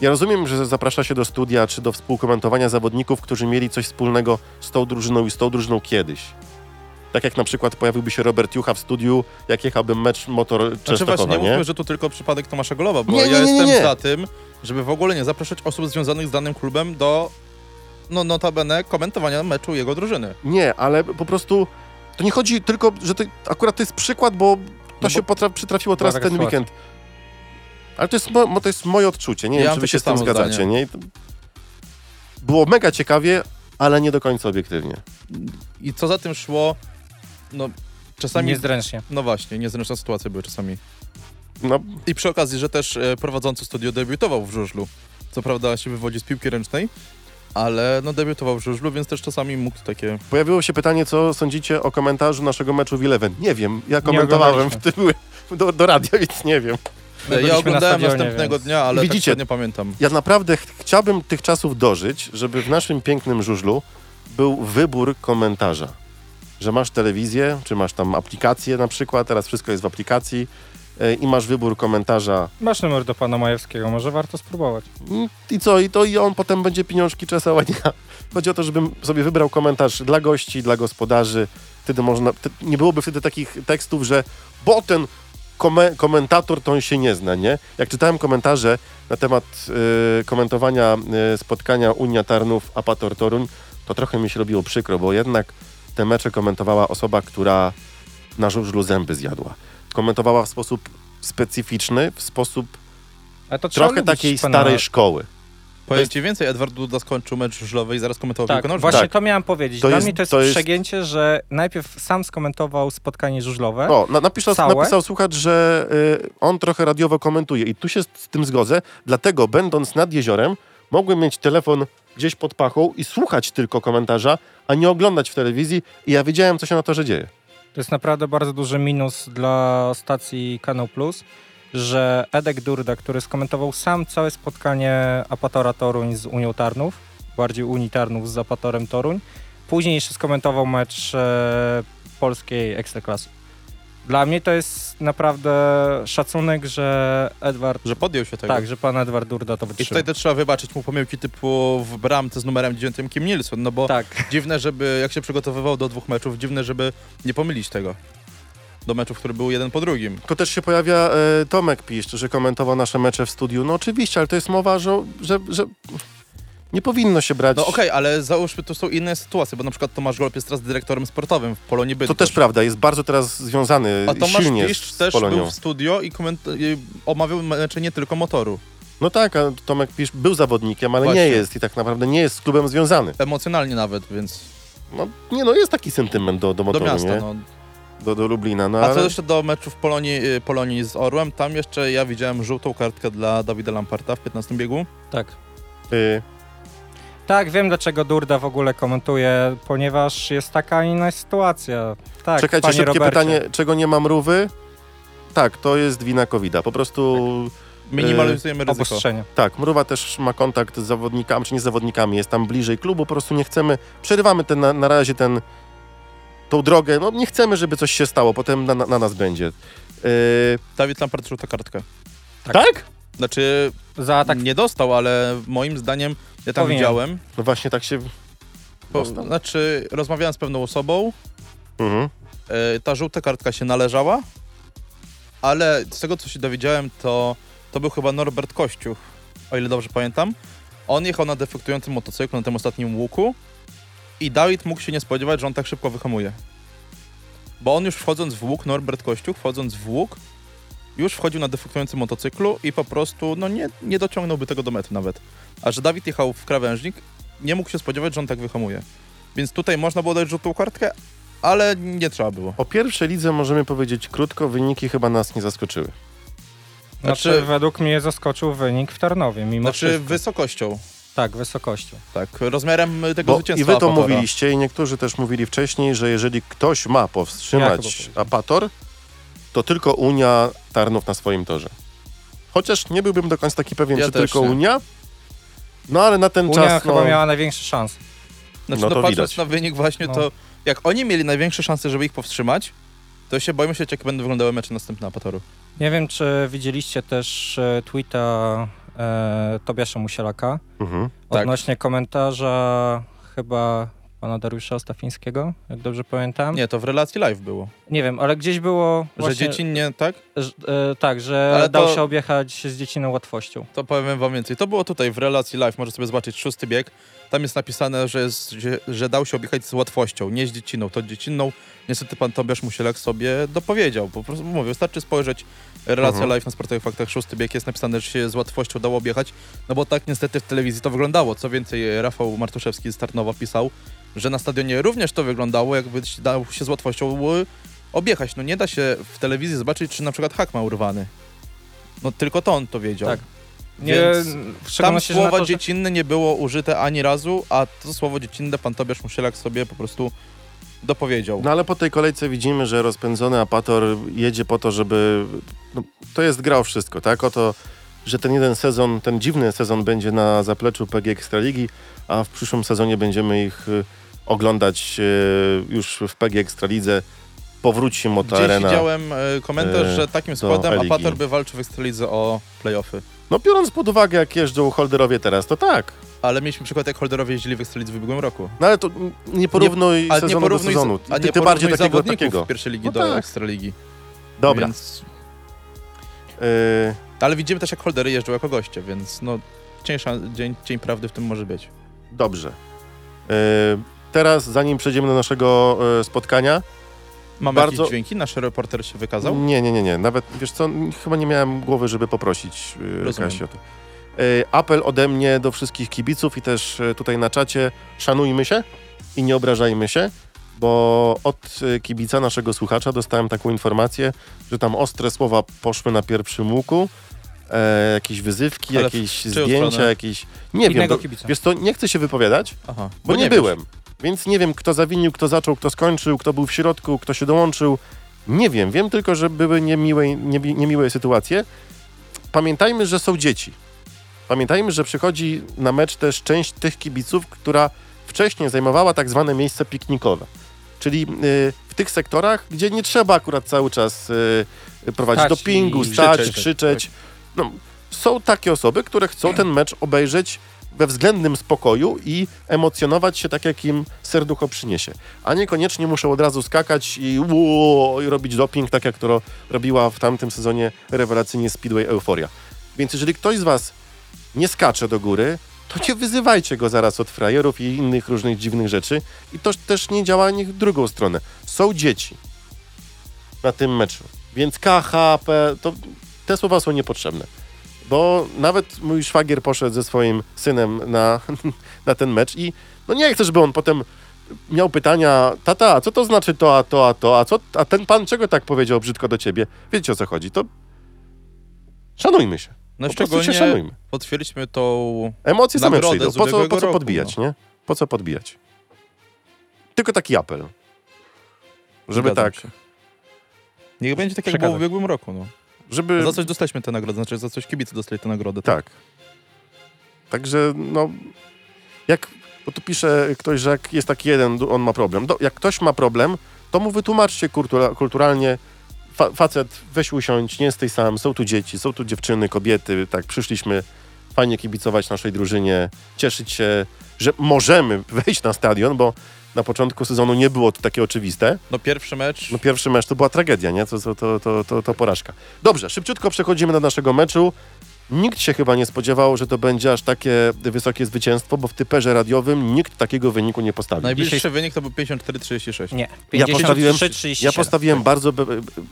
Speaker 2: Ja rozumiem, że zaprasza się do studia czy do współkomentowania zawodników, którzy mieli coś wspólnego z tą drużyną i z tą drużyną kiedyś. Tak jak na przykład pojawiłby się Robert Jucha w studiu, jak jechałbym mecz motor
Speaker 3: Znaczy
Speaker 2: Częstochowa,
Speaker 3: właśnie, nie
Speaker 2: nie?
Speaker 3: mówmy, że to tylko przypadek Tomasza Golowa, bo
Speaker 2: Nie, nie,
Speaker 3: ja
Speaker 2: nie, nie,
Speaker 3: jestem
Speaker 2: nie.
Speaker 3: za tym, żeby w ogóle nie zapraszać osób związanych z danym klubem do, no notabene, komentowania meczu jego drużyny.
Speaker 2: Nie, ale po prostu to nie chodzi tylko, że to, akurat to jest przykład, bo to
Speaker 3: No bo-
Speaker 2: się potra- przytrafiło teraz
Speaker 4: taka
Speaker 2: ten
Speaker 4: sytuacja.
Speaker 2: weekend. Ale to jest, mo- mo- to jest moje odczucie, nie
Speaker 3: Ja
Speaker 2: wiem,
Speaker 3: mam
Speaker 2: czy wy
Speaker 3: takie
Speaker 2: się z tym
Speaker 3: samo
Speaker 2: zgadzacie,
Speaker 3: zdanie.
Speaker 2: nie? I to- Było mega ciekawie, ale nie do końca obiektywnie.
Speaker 3: I co za tym szło, no czasami...
Speaker 4: Niezręcznie.
Speaker 3: No właśnie, niezręczne sytuacje były czasami.
Speaker 2: No,
Speaker 3: I przy okazji, że też e, prowadzący studio debiutował w żużlu. Co prawda się wywodzi z piłki ręcznej, ale no debiutował w żużlu, więc też czasami mógł takie...
Speaker 2: Pojawiło się pytanie, co sądzicie o komentarzu naszego meczu w Eleven. Nie wiem, ja komentowałem, w
Speaker 4: oglądaliśmy.
Speaker 2: tyłu do, do radia, więc nie wiem.
Speaker 4: No, byliśmy
Speaker 3: Ja
Speaker 4: na
Speaker 3: oglądałem
Speaker 4: stadionie,
Speaker 3: następnego
Speaker 4: więc-
Speaker 3: dnia, ale
Speaker 2: Widzicie?
Speaker 3: Widzicie. tak nie pamiętam.
Speaker 2: Ja naprawdę ch- chciałbym tych czasów dożyć, żeby w naszym pięknym żużlu był wybór komentarza. Że masz telewizję, czy masz tam aplikację na przykład, teraz wszystko jest w aplikacji e, i masz wybór komentarza
Speaker 4: Masz numer do pana Majewskiego, może warto spróbować.
Speaker 2: Mm, I co? I to i on potem będzie pieniążki czesał, a nie. ja. Chodzi o to, żebym sobie wybrał komentarz dla gości, dla gospodarzy. Wtedy można, te, nie byłoby wtedy takich tekstów, że bo ten kome, komentator to on się nie zna, nie? Jak czytałem komentarze na temat y, komentowania y, spotkania Unia Tarnów, Apator Toruń, to trochę mi się robiło przykro, bo jednak te mecze komentowała osoba, która na żużlu zęby zjadła. Komentowała w sposób specyficzny, w sposób
Speaker 4: Ale to trzeba
Speaker 2: trochę
Speaker 4: lubić
Speaker 2: takiej
Speaker 4: pana-
Speaker 2: starej szkoły.
Speaker 3: Powiem
Speaker 2: jest-
Speaker 3: ci więcej, Edward Duda skończył mecz żużlowy i zaraz komentował
Speaker 4: Tak,
Speaker 3: piłkę nożną.
Speaker 4: właśnie
Speaker 2: Tak.
Speaker 4: to miałem powiedzieć.
Speaker 2: To
Speaker 4: Dla
Speaker 2: jest-
Speaker 4: mnie to jest,
Speaker 2: to jest-
Speaker 4: przegięcie, że najpierw sam skomentował spotkanie żużlowe.
Speaker 2: O, na, napisał,
Speaker 4: Całe?
Speaker 2: napisał słuchacz, że y, on trochę radiowo komentuje i tu się z, z tym zgodzę, dlatego będąc nad jeziorem mogłem mieć telefon gdzieś pod pachą i słuchać tylko komentarza, a nie oglądać w telewizji i ja wiedziałem, co się na torze dzieje.
Speaker 4: To jest naprawdę bardzo duży minus dla stacji Kanał Plus, że Edek Durda, który skomentował sam całe spotkanie Apatora Toruń z Unią Tarnów, bardziej Unii Tarnów z Apatorem Toruń, później jeszcze skomentował mecz e, polskiej Ekstraklasy. Dla mnie to jest naprawdę szacunek, że Edward,
Speaker 3: Że podjął się tego.
Speaker 4: tak, że pan Edward Durda to
Speaker 3: I
Speaker 4: wytrzymał.
Speaker 3: tutaj też trzeba wybaczyć mu pomyłki typu w bramce z numerem 9 Kim Nilsson, no bo
Speaker 4: Tak,
Speaker 3: dziwne, żeby, jak się przygotowywał do dwóch meczów, dziwne, żeby nie pomylić tego. Do meczów, który był jeden po drugim.
Speaker 2: Tylko też się pojawia y, Tomek Piszcz, że komentował nasze mecze w studiu. No oczywiście, ale to jest mowa, że, że, że nie powinno się brać...
Speaker 3: No okej, ale załóżmy, to są inne sytuacje, bo na przykład Tomasz Golb jest teraz dyrektorem sportowym w Polonii
Speaker 2: To
Speaker 3: Bydgoszcz.
Speaker 2: też prawda, jest bardzo teraz związany
Speaker 3: A Tomasz
Speaker 2: silnie
Speaker 3: Piszcz
Speaker 2: z,
Speaker 3: też
Speaker 2: z Polonią.
Speaker 3: był w studio i, koment- i omawiał mecze nie tylko motoru.
Speaker 2: No tak, a Tomek Pisz był zawodnikiem, ale
Speaker 3: Właśnie.
Speaker 2: nie jest i tak naprawdę nie jest z klubem związany.
Speaker 3: Emocjonalnie nawet, więc
Speaker 2: No, nie no, jest taki sentyment do, do motoru,
Speaker 3: do miasta.
Speaker 2: nie?
Speaker 3: No.
Speaker 2: Do, do Lublina, no
Speaker 3: A co
Speaker 2: ale...
Speaker 3: jeszcze do meczów Polonii, y, Polonii z Orłem, tam jeszcze ja widziałem żółtą kartkę dla Dawida Lamparta w 15 biegu.
Speaker 4: tak.
Speaker 2: Y,
Speaker 4: Tak, wiem dlaczego Durda w ogóle komentuje, ponieważ jest taka inna sytuacja. Tak,
Speaker 2: czekajcie,
Speaker 4: panie
Speaker 2: szybkie
Speaker 4: Robercie.
Speaker 2: pytanie, czego nie mam rówy? Tak, to jest wina COVID-a. Po prostu Yy,
Speaker 3: Minimalizujemy ryzyko.
Speaker 4: Obostrzenie.
Speaker 2: tak, Mrówa też ma kontakt z zawodnikami, czy nie z zawodnikami, jest tam bliżej klubu, po prostu nie chcemy, przerywamy ten, na, na razie ten, tą drogę, no nie chcemy, żeby coś się stało, potem na, na, na nas będzie. Y,
Speaker 3: Dawid Lampard żółta kartkę.
Speaker 4: Tak.
Speaker 2: tak?
Speaker 3: Znaczy,
Speaker 4: Za tak
Speaker 3: nie dostał, ale moim zdaniem, ja tam
Speaker 4: Powinien.
Speaker 3: widziałem,
Speaker 2: No właśnie tak się...
Speaker 3: po,
Speaker 2: Dostał.
Speaker 3: znaczy rozmawiałem z pewną osobą,
Speaker 2: Mhm.
Speaker 3: e, ta żółta kartka się należała, ale z tego, co się dowiedziałem, to, to był chyba Norbert Kościuch, o ile dobrze pamiętam. On jechał na defektującym motocyklu, na tym ostatnim łuku i Dawid mógł się nie spodziewać, że on tak szybko wyhamuje. Bo on już wchodząc w łuk, Norbert Kościuch wchodząc w łuk, już wchodził na defektującym motocyklu i po prostu no nie, nie dociągnąłby tego do mety nawet. A że Dawid jechał w krawężnik, nie mógł się spodziewać, że on tak wyhamuje. Więc tutaj można było dać żółtą kartkę, ale nie trzeba było.
Speaker 2: O pierwszej lidze możemy powiedzieć krótko, wyniki chyba nas nie zaskoczyły.
Speaker 4: Znaczy,
Speaker 3: Znaczy-
Speaker 4: według mnie zaskoczył wynik w Tarnowie, mimo
Speaker 3: Znaczy
Speaker 4: wszystko.
Speaker 3: wysokością,
Speaker 4: Tak, wysokością.
Speaker 3: tak, rozmiarem y, tego
Speaker 2: Bo
Speaker 3: zwycięstwa.
Speaker 2: I wy to
Speaker 3: Apatora.
Speaker 2: mówiliście i niektórzy też mówili wcześniej, że jeżeli ktoś ma
Speaker 4: Ja chyba
Speaker 2: powstrzymać
Speaker 4: powiedziałem.
Speaker 2: Apator, to tylko Unia Tarnów na swoim torze. Chociaż nie byłbym do końca taki pewien,
Speaker 3: Ja
Speaker 2: czy
Speaker 3: też
Speaker 2: tylko
Speaker 3: nie.
Speaker 2: Unia. No ale na ten
Speaker 4: Unia
Speaker 2: czas...
Speaker 4: chyba
Speaker 2: no,
Speaker 4: miała największe szanse.
Speaker 3: Znaczy,
Speaker 2: No
Speaker 3: no,
Speaker 2: to
Speaker 3: patrząc
Speaker 2: widać.
Speaker 3: na wynik właśnie,
Speaker 4: No.
Speaker 3: to jak oni mieli największe szanse, żeby ich powstrzymać, to się boję myśleć, jak będą wyglądały mecze następne Apatoru.
Speaker 4: Nie wiem, czy widzieliście też e, tweeta e, Tobiasza Musielaka
Speaker 2: Mhm.
Speaker 3: Tak.
Speaker 4: odnośnie komentarza chyba pana Dariusza Ostafińskiego, jak dobrze pamiętam.
Speaker 3: Nie, to w relacji live było.
Speaker 4: Nie wiem, ale gdzieś było No. właśnie,
Speaker 3: Że dzieci nie, tak?
Speaker 4: że, e, tak, że
Speaker 3: Ale
Speaker 4: dał
Speaker 3: to-
Speaker 4: się objechać z dzieciną łatwością.
Speaker 3: To powiem wam więcej. To było tutaj w relacji live, może sobie zobaczyć, szósty bieg. Tam jest napisane, że, jest, że, że dał się objechać z łatwością, nie z dzieciną. To dziecinną niestety pan Tobiasz Musielak sobie dopowiedział. Po prostu mówię, wystarczy spojrzeć relacja
Speaker 2: Mhm.
Speaker 3: live na Sportowych Faktach, szósty bieg jest napisane, że się z łatwością dało objechać, no bo tak niestety w telewizji to wyglądało. Co więcej, Rafał Martuszewski z Tarnowa pisał, że na stadionie również to wyglądało, jakby się dał się z łatwością y, objechać. No nie da się w telewizji zobaczyć, czy na przykład hak ma urwany. No tylko to on to wiedział.
Speaker 4: Tak. Nie,
Speaker 3: Więc
Speaker 4: w
Speaker 3: Tam
Speaker 4: szczególności, że na
Speaker 3: słowa
Speaker 4: to, że...
Speaker 3: dziecinne nie było użyte ani razu, a to słowo dziecinne pan Tobiasz Musielak sobie po prostu dopowiedział.
Speaker 2: No ale po tej kolejce widzimy, że rozpędzony Apator jedzie po to, żeby... No, to jest grał wszystko, tak? Oto, że ten jeden sezon, ten dziwny sezon będzie na zapleczu PG Ekstraligi, a w przyszłym sezonie będziemy ich y, oglądać y, już w PG Ekstralidze. Powróci Moto
Speaker 3: Gdzieś
Speaker 2: Arena.
Speaker 3: widziałem e, komentarz,
Speaker 2: e,
Speaker 3: że takim składem
Speaker 2: Eligi.
Speaker 3: Apator by walczył w Ekstralidze o playoffy.
Speaker 2: No biorąc pod uwagę, jak jeżdżą holderowie teraz, to tak.
Speaker 3: Ale mieliśmy przykład, jak holderowie jeździli w Ekstralidze w ubiegłym roku.
Speaker 2: No ale to mm, nie porównuj
Speaker 3: Ale
Speaker 2: sezonu do sezonu.
Speaker 3: a
Speaker 2: Ty,
Speaker 3: nie
Speaker 2: ty bardziej
Speaker 3: porównuj
Speaker 2: takiego,
Speaker 3: zawodników
Speaker 2: takiego.
Speaker 3: z pierwszej ligi
Speaker 2: No
Speaker 3: do
Speaker 2: tak.
Speaker 3: Ekstraligi.
Speaker 2: Dobra.
Speaker 3: Więc,
Speaker 2: Y,
Speaker 3: ale widzimy też, jak holdery jeżdżą jako goście, więc no cieńsza, dzień, dzień prawdy w tym może być.
Speaker 2: dobrze. Y, teraz, zanim przejdziemy do naszego y, spotkania...
Speaker 3: Mamy
Speaker 2: Bardzo- Mm,
Speaker 3: jakieś dźwięki? Nasz reporter się wykazał?
Speaker 2: Nie, nie, nie, nie. Nawet, wiesz co, chyba nie miałem głowy, żeby poprosić yy,
Speaker 3: Rozumiem.
Speaker 2: Kasi o to. Y, apel ode mnie do wszystkich kibiców i też y, tutaj na czacie. Szanujmy się i nie obrażajmy się, bo od y, kibica naszego słuchacza dostałem taką informację, że tam ostre słowa poszły na pierwszym łuku. E, jakieś wyzywki,
Speaker 3: Ale w
Speaker 2: jakieś
Speaker 3: czyją
Speaker 2: zdjęcia,
Speaker 3: stronę?
Speaker 2: jakieś... Nie wiem,
Speaker 4: Innego
Speaker 2: do,
Speaker 4: kibica.
Speaker 2: wiesz co, nie chcę się wypowiadać,
Speaker 3: Aha,
Speaker 2: bo nie,
Speaker 3: wiesz.
Speaker 2: byłem. Więc nie wiem, kto zawinił, kto zaczął, kto skończył, kto był w środku, kto się dołączył. Nie wiem, wiem tylko, że były niemiłe, nie, niemiłe sytuacje. Pamiętajmy, że są dzieci. Pamiętajmy, że przychodzi na mecz też część tych kibiców, która wcześniej zajmowała tak zwane miejsce piknikowe. Czyli y, w tych sektorach, gdzie nie trzeba akurat cały czas y, prowadzić
Speaker 4: Stać
Speaker 2: dopingu,
Speaker 4: i Tak.
Speaker 2: stać, krzyczeć.
Speaker 3: krzyczeć.
Speaker 2: No, są takie osoby, które chcą ten mecz obejrzeć we względnym spokoju i emocjonować się tak, jak im serducho przyniesie. A niekoniecznie muszą od razu skakać i, uuu, i robić doping, tak jak to ro- robiła w tamtym sezonie rewelacyjnie Speedway Euforia. Więc jeżeli ktoś z was nie skacze do góry, to nie wyzywajcie go zaraz od frajerów i innych różnych dziwnych rzeczy. I to też nie działa niech w drugą stronę. Są dzieci na tym meczu, więc KHP, to te słowa są niepotrzebne. Bo nawet mój szwagier poszedł ze swoim synem na, na ten mecz i no nie chcę, żeby on potem miał pytania, tata, a co to znaczy to, a to, a to, a co, a ten pan czego tak powiedział brzydko do ciebie? Wiecie o co chodzi, to szanujmy się.
Speaker 3: No
Speaker 2: po prostu się
Speaker 3: szczególnie
Speaker 2: szanujmy.
Speaker 3: potwierdźmy tą
Speaker 2: Emocje same
Speaker 3: nagrodę
Speaker 2: przyjdą.
Speaker 3: z
Speaker 2: Po co,
Speaker 3: ubiegłego
Speaker 2: po co
Speaker 3: roku, no.
Speaker 2: podbijać, nie? Po co podbijać? Tylko taki apel. Żeby
Speaker 3: Zgadzam
Speaker 2: tak,
Speaker 3: się. Niech będzie tak, jak było
Speaker 4: Przekazać.
Speaker 3: w ubiegłym roku. No.
Speaker 2: żeby...
Speaker 3: Za coś dostaliśmy tę nagrodę, znaczy za coś kibice dostali tę nagrodę.
Speaker 2: Y- Tak. Także, no, jak, bo tu pisze ktoś, że jak jest taki jeden, on ma problem. Do, jak ktoś ma problem, to mu wytłumaczcie kultura, kulturalnie, fa, facet, weź usiądź, nie jesteś sam, są tu dzieci, są tu dziewczyny, kobiety, tak, przyszliśmy fajnie kibicować naszej drużynie, cieszyć się, że możemy wejść na stadion, bo na początku sezonu nie było to takie oczywiste.
Speaker 3: No pierwszy mecz,
Speaker 2: No pierwszy mecz to była tragedia, nie? To, to, to, to, to, to porażka. Dobrze, szybciutko przechodzimy do naszego meczu. Nikt się chyba nie spodziewał, że to będzie aż takie wysokie zwycięstwo, bo w typerze radiowym nikt takiego wyniku nie postawił.
Speaker 3: najbliższy
Speaker 4: Dzisiaj-
Speaker 3: wynik to był 54-36.
Speaker 4: Nie,
Speaker 2: Ja postawiłem-
Speaker 4: 53,
Speaker 2: Ja postawiłem bardzo, be,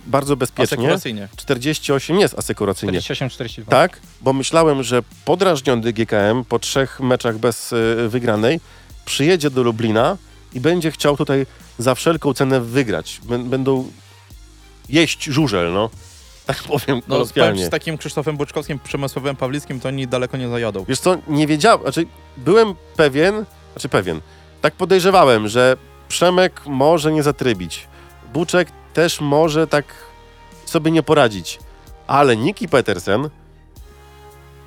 Speaker 2: bardzo bezpiecznie.
Speaker 3: Asekuracyjnie.
Speaker 2: 48 nie jest asekuracyjnie.
Speaker 4: 48, 42.
Speaker 2: Tak, bo myślałem, że podrażniony GKM po trzech meczach bez y, wygranej przyjedzie do Lublina i będzie chciał tutaj za wszelką cenę wygrać. Bę- Będą jeść żużel, no. Tak powiem
Speaker 3: No, powiem, ci,
Speaker 2: kolokwialnie.
Speaker 3: z takim Krzysztofem Buczkowskim, Przemysławem Pawlickim to oni daleko nie zajadą.
Speaker 2: Wiesz co, nie wiedziałem, znaczy byłem pewien, znaczy pewien, tak podejrzewałem, że Przemek może nie zatrybić. Buczek też może tak sobie nie poradzić. Ale Niki Petersen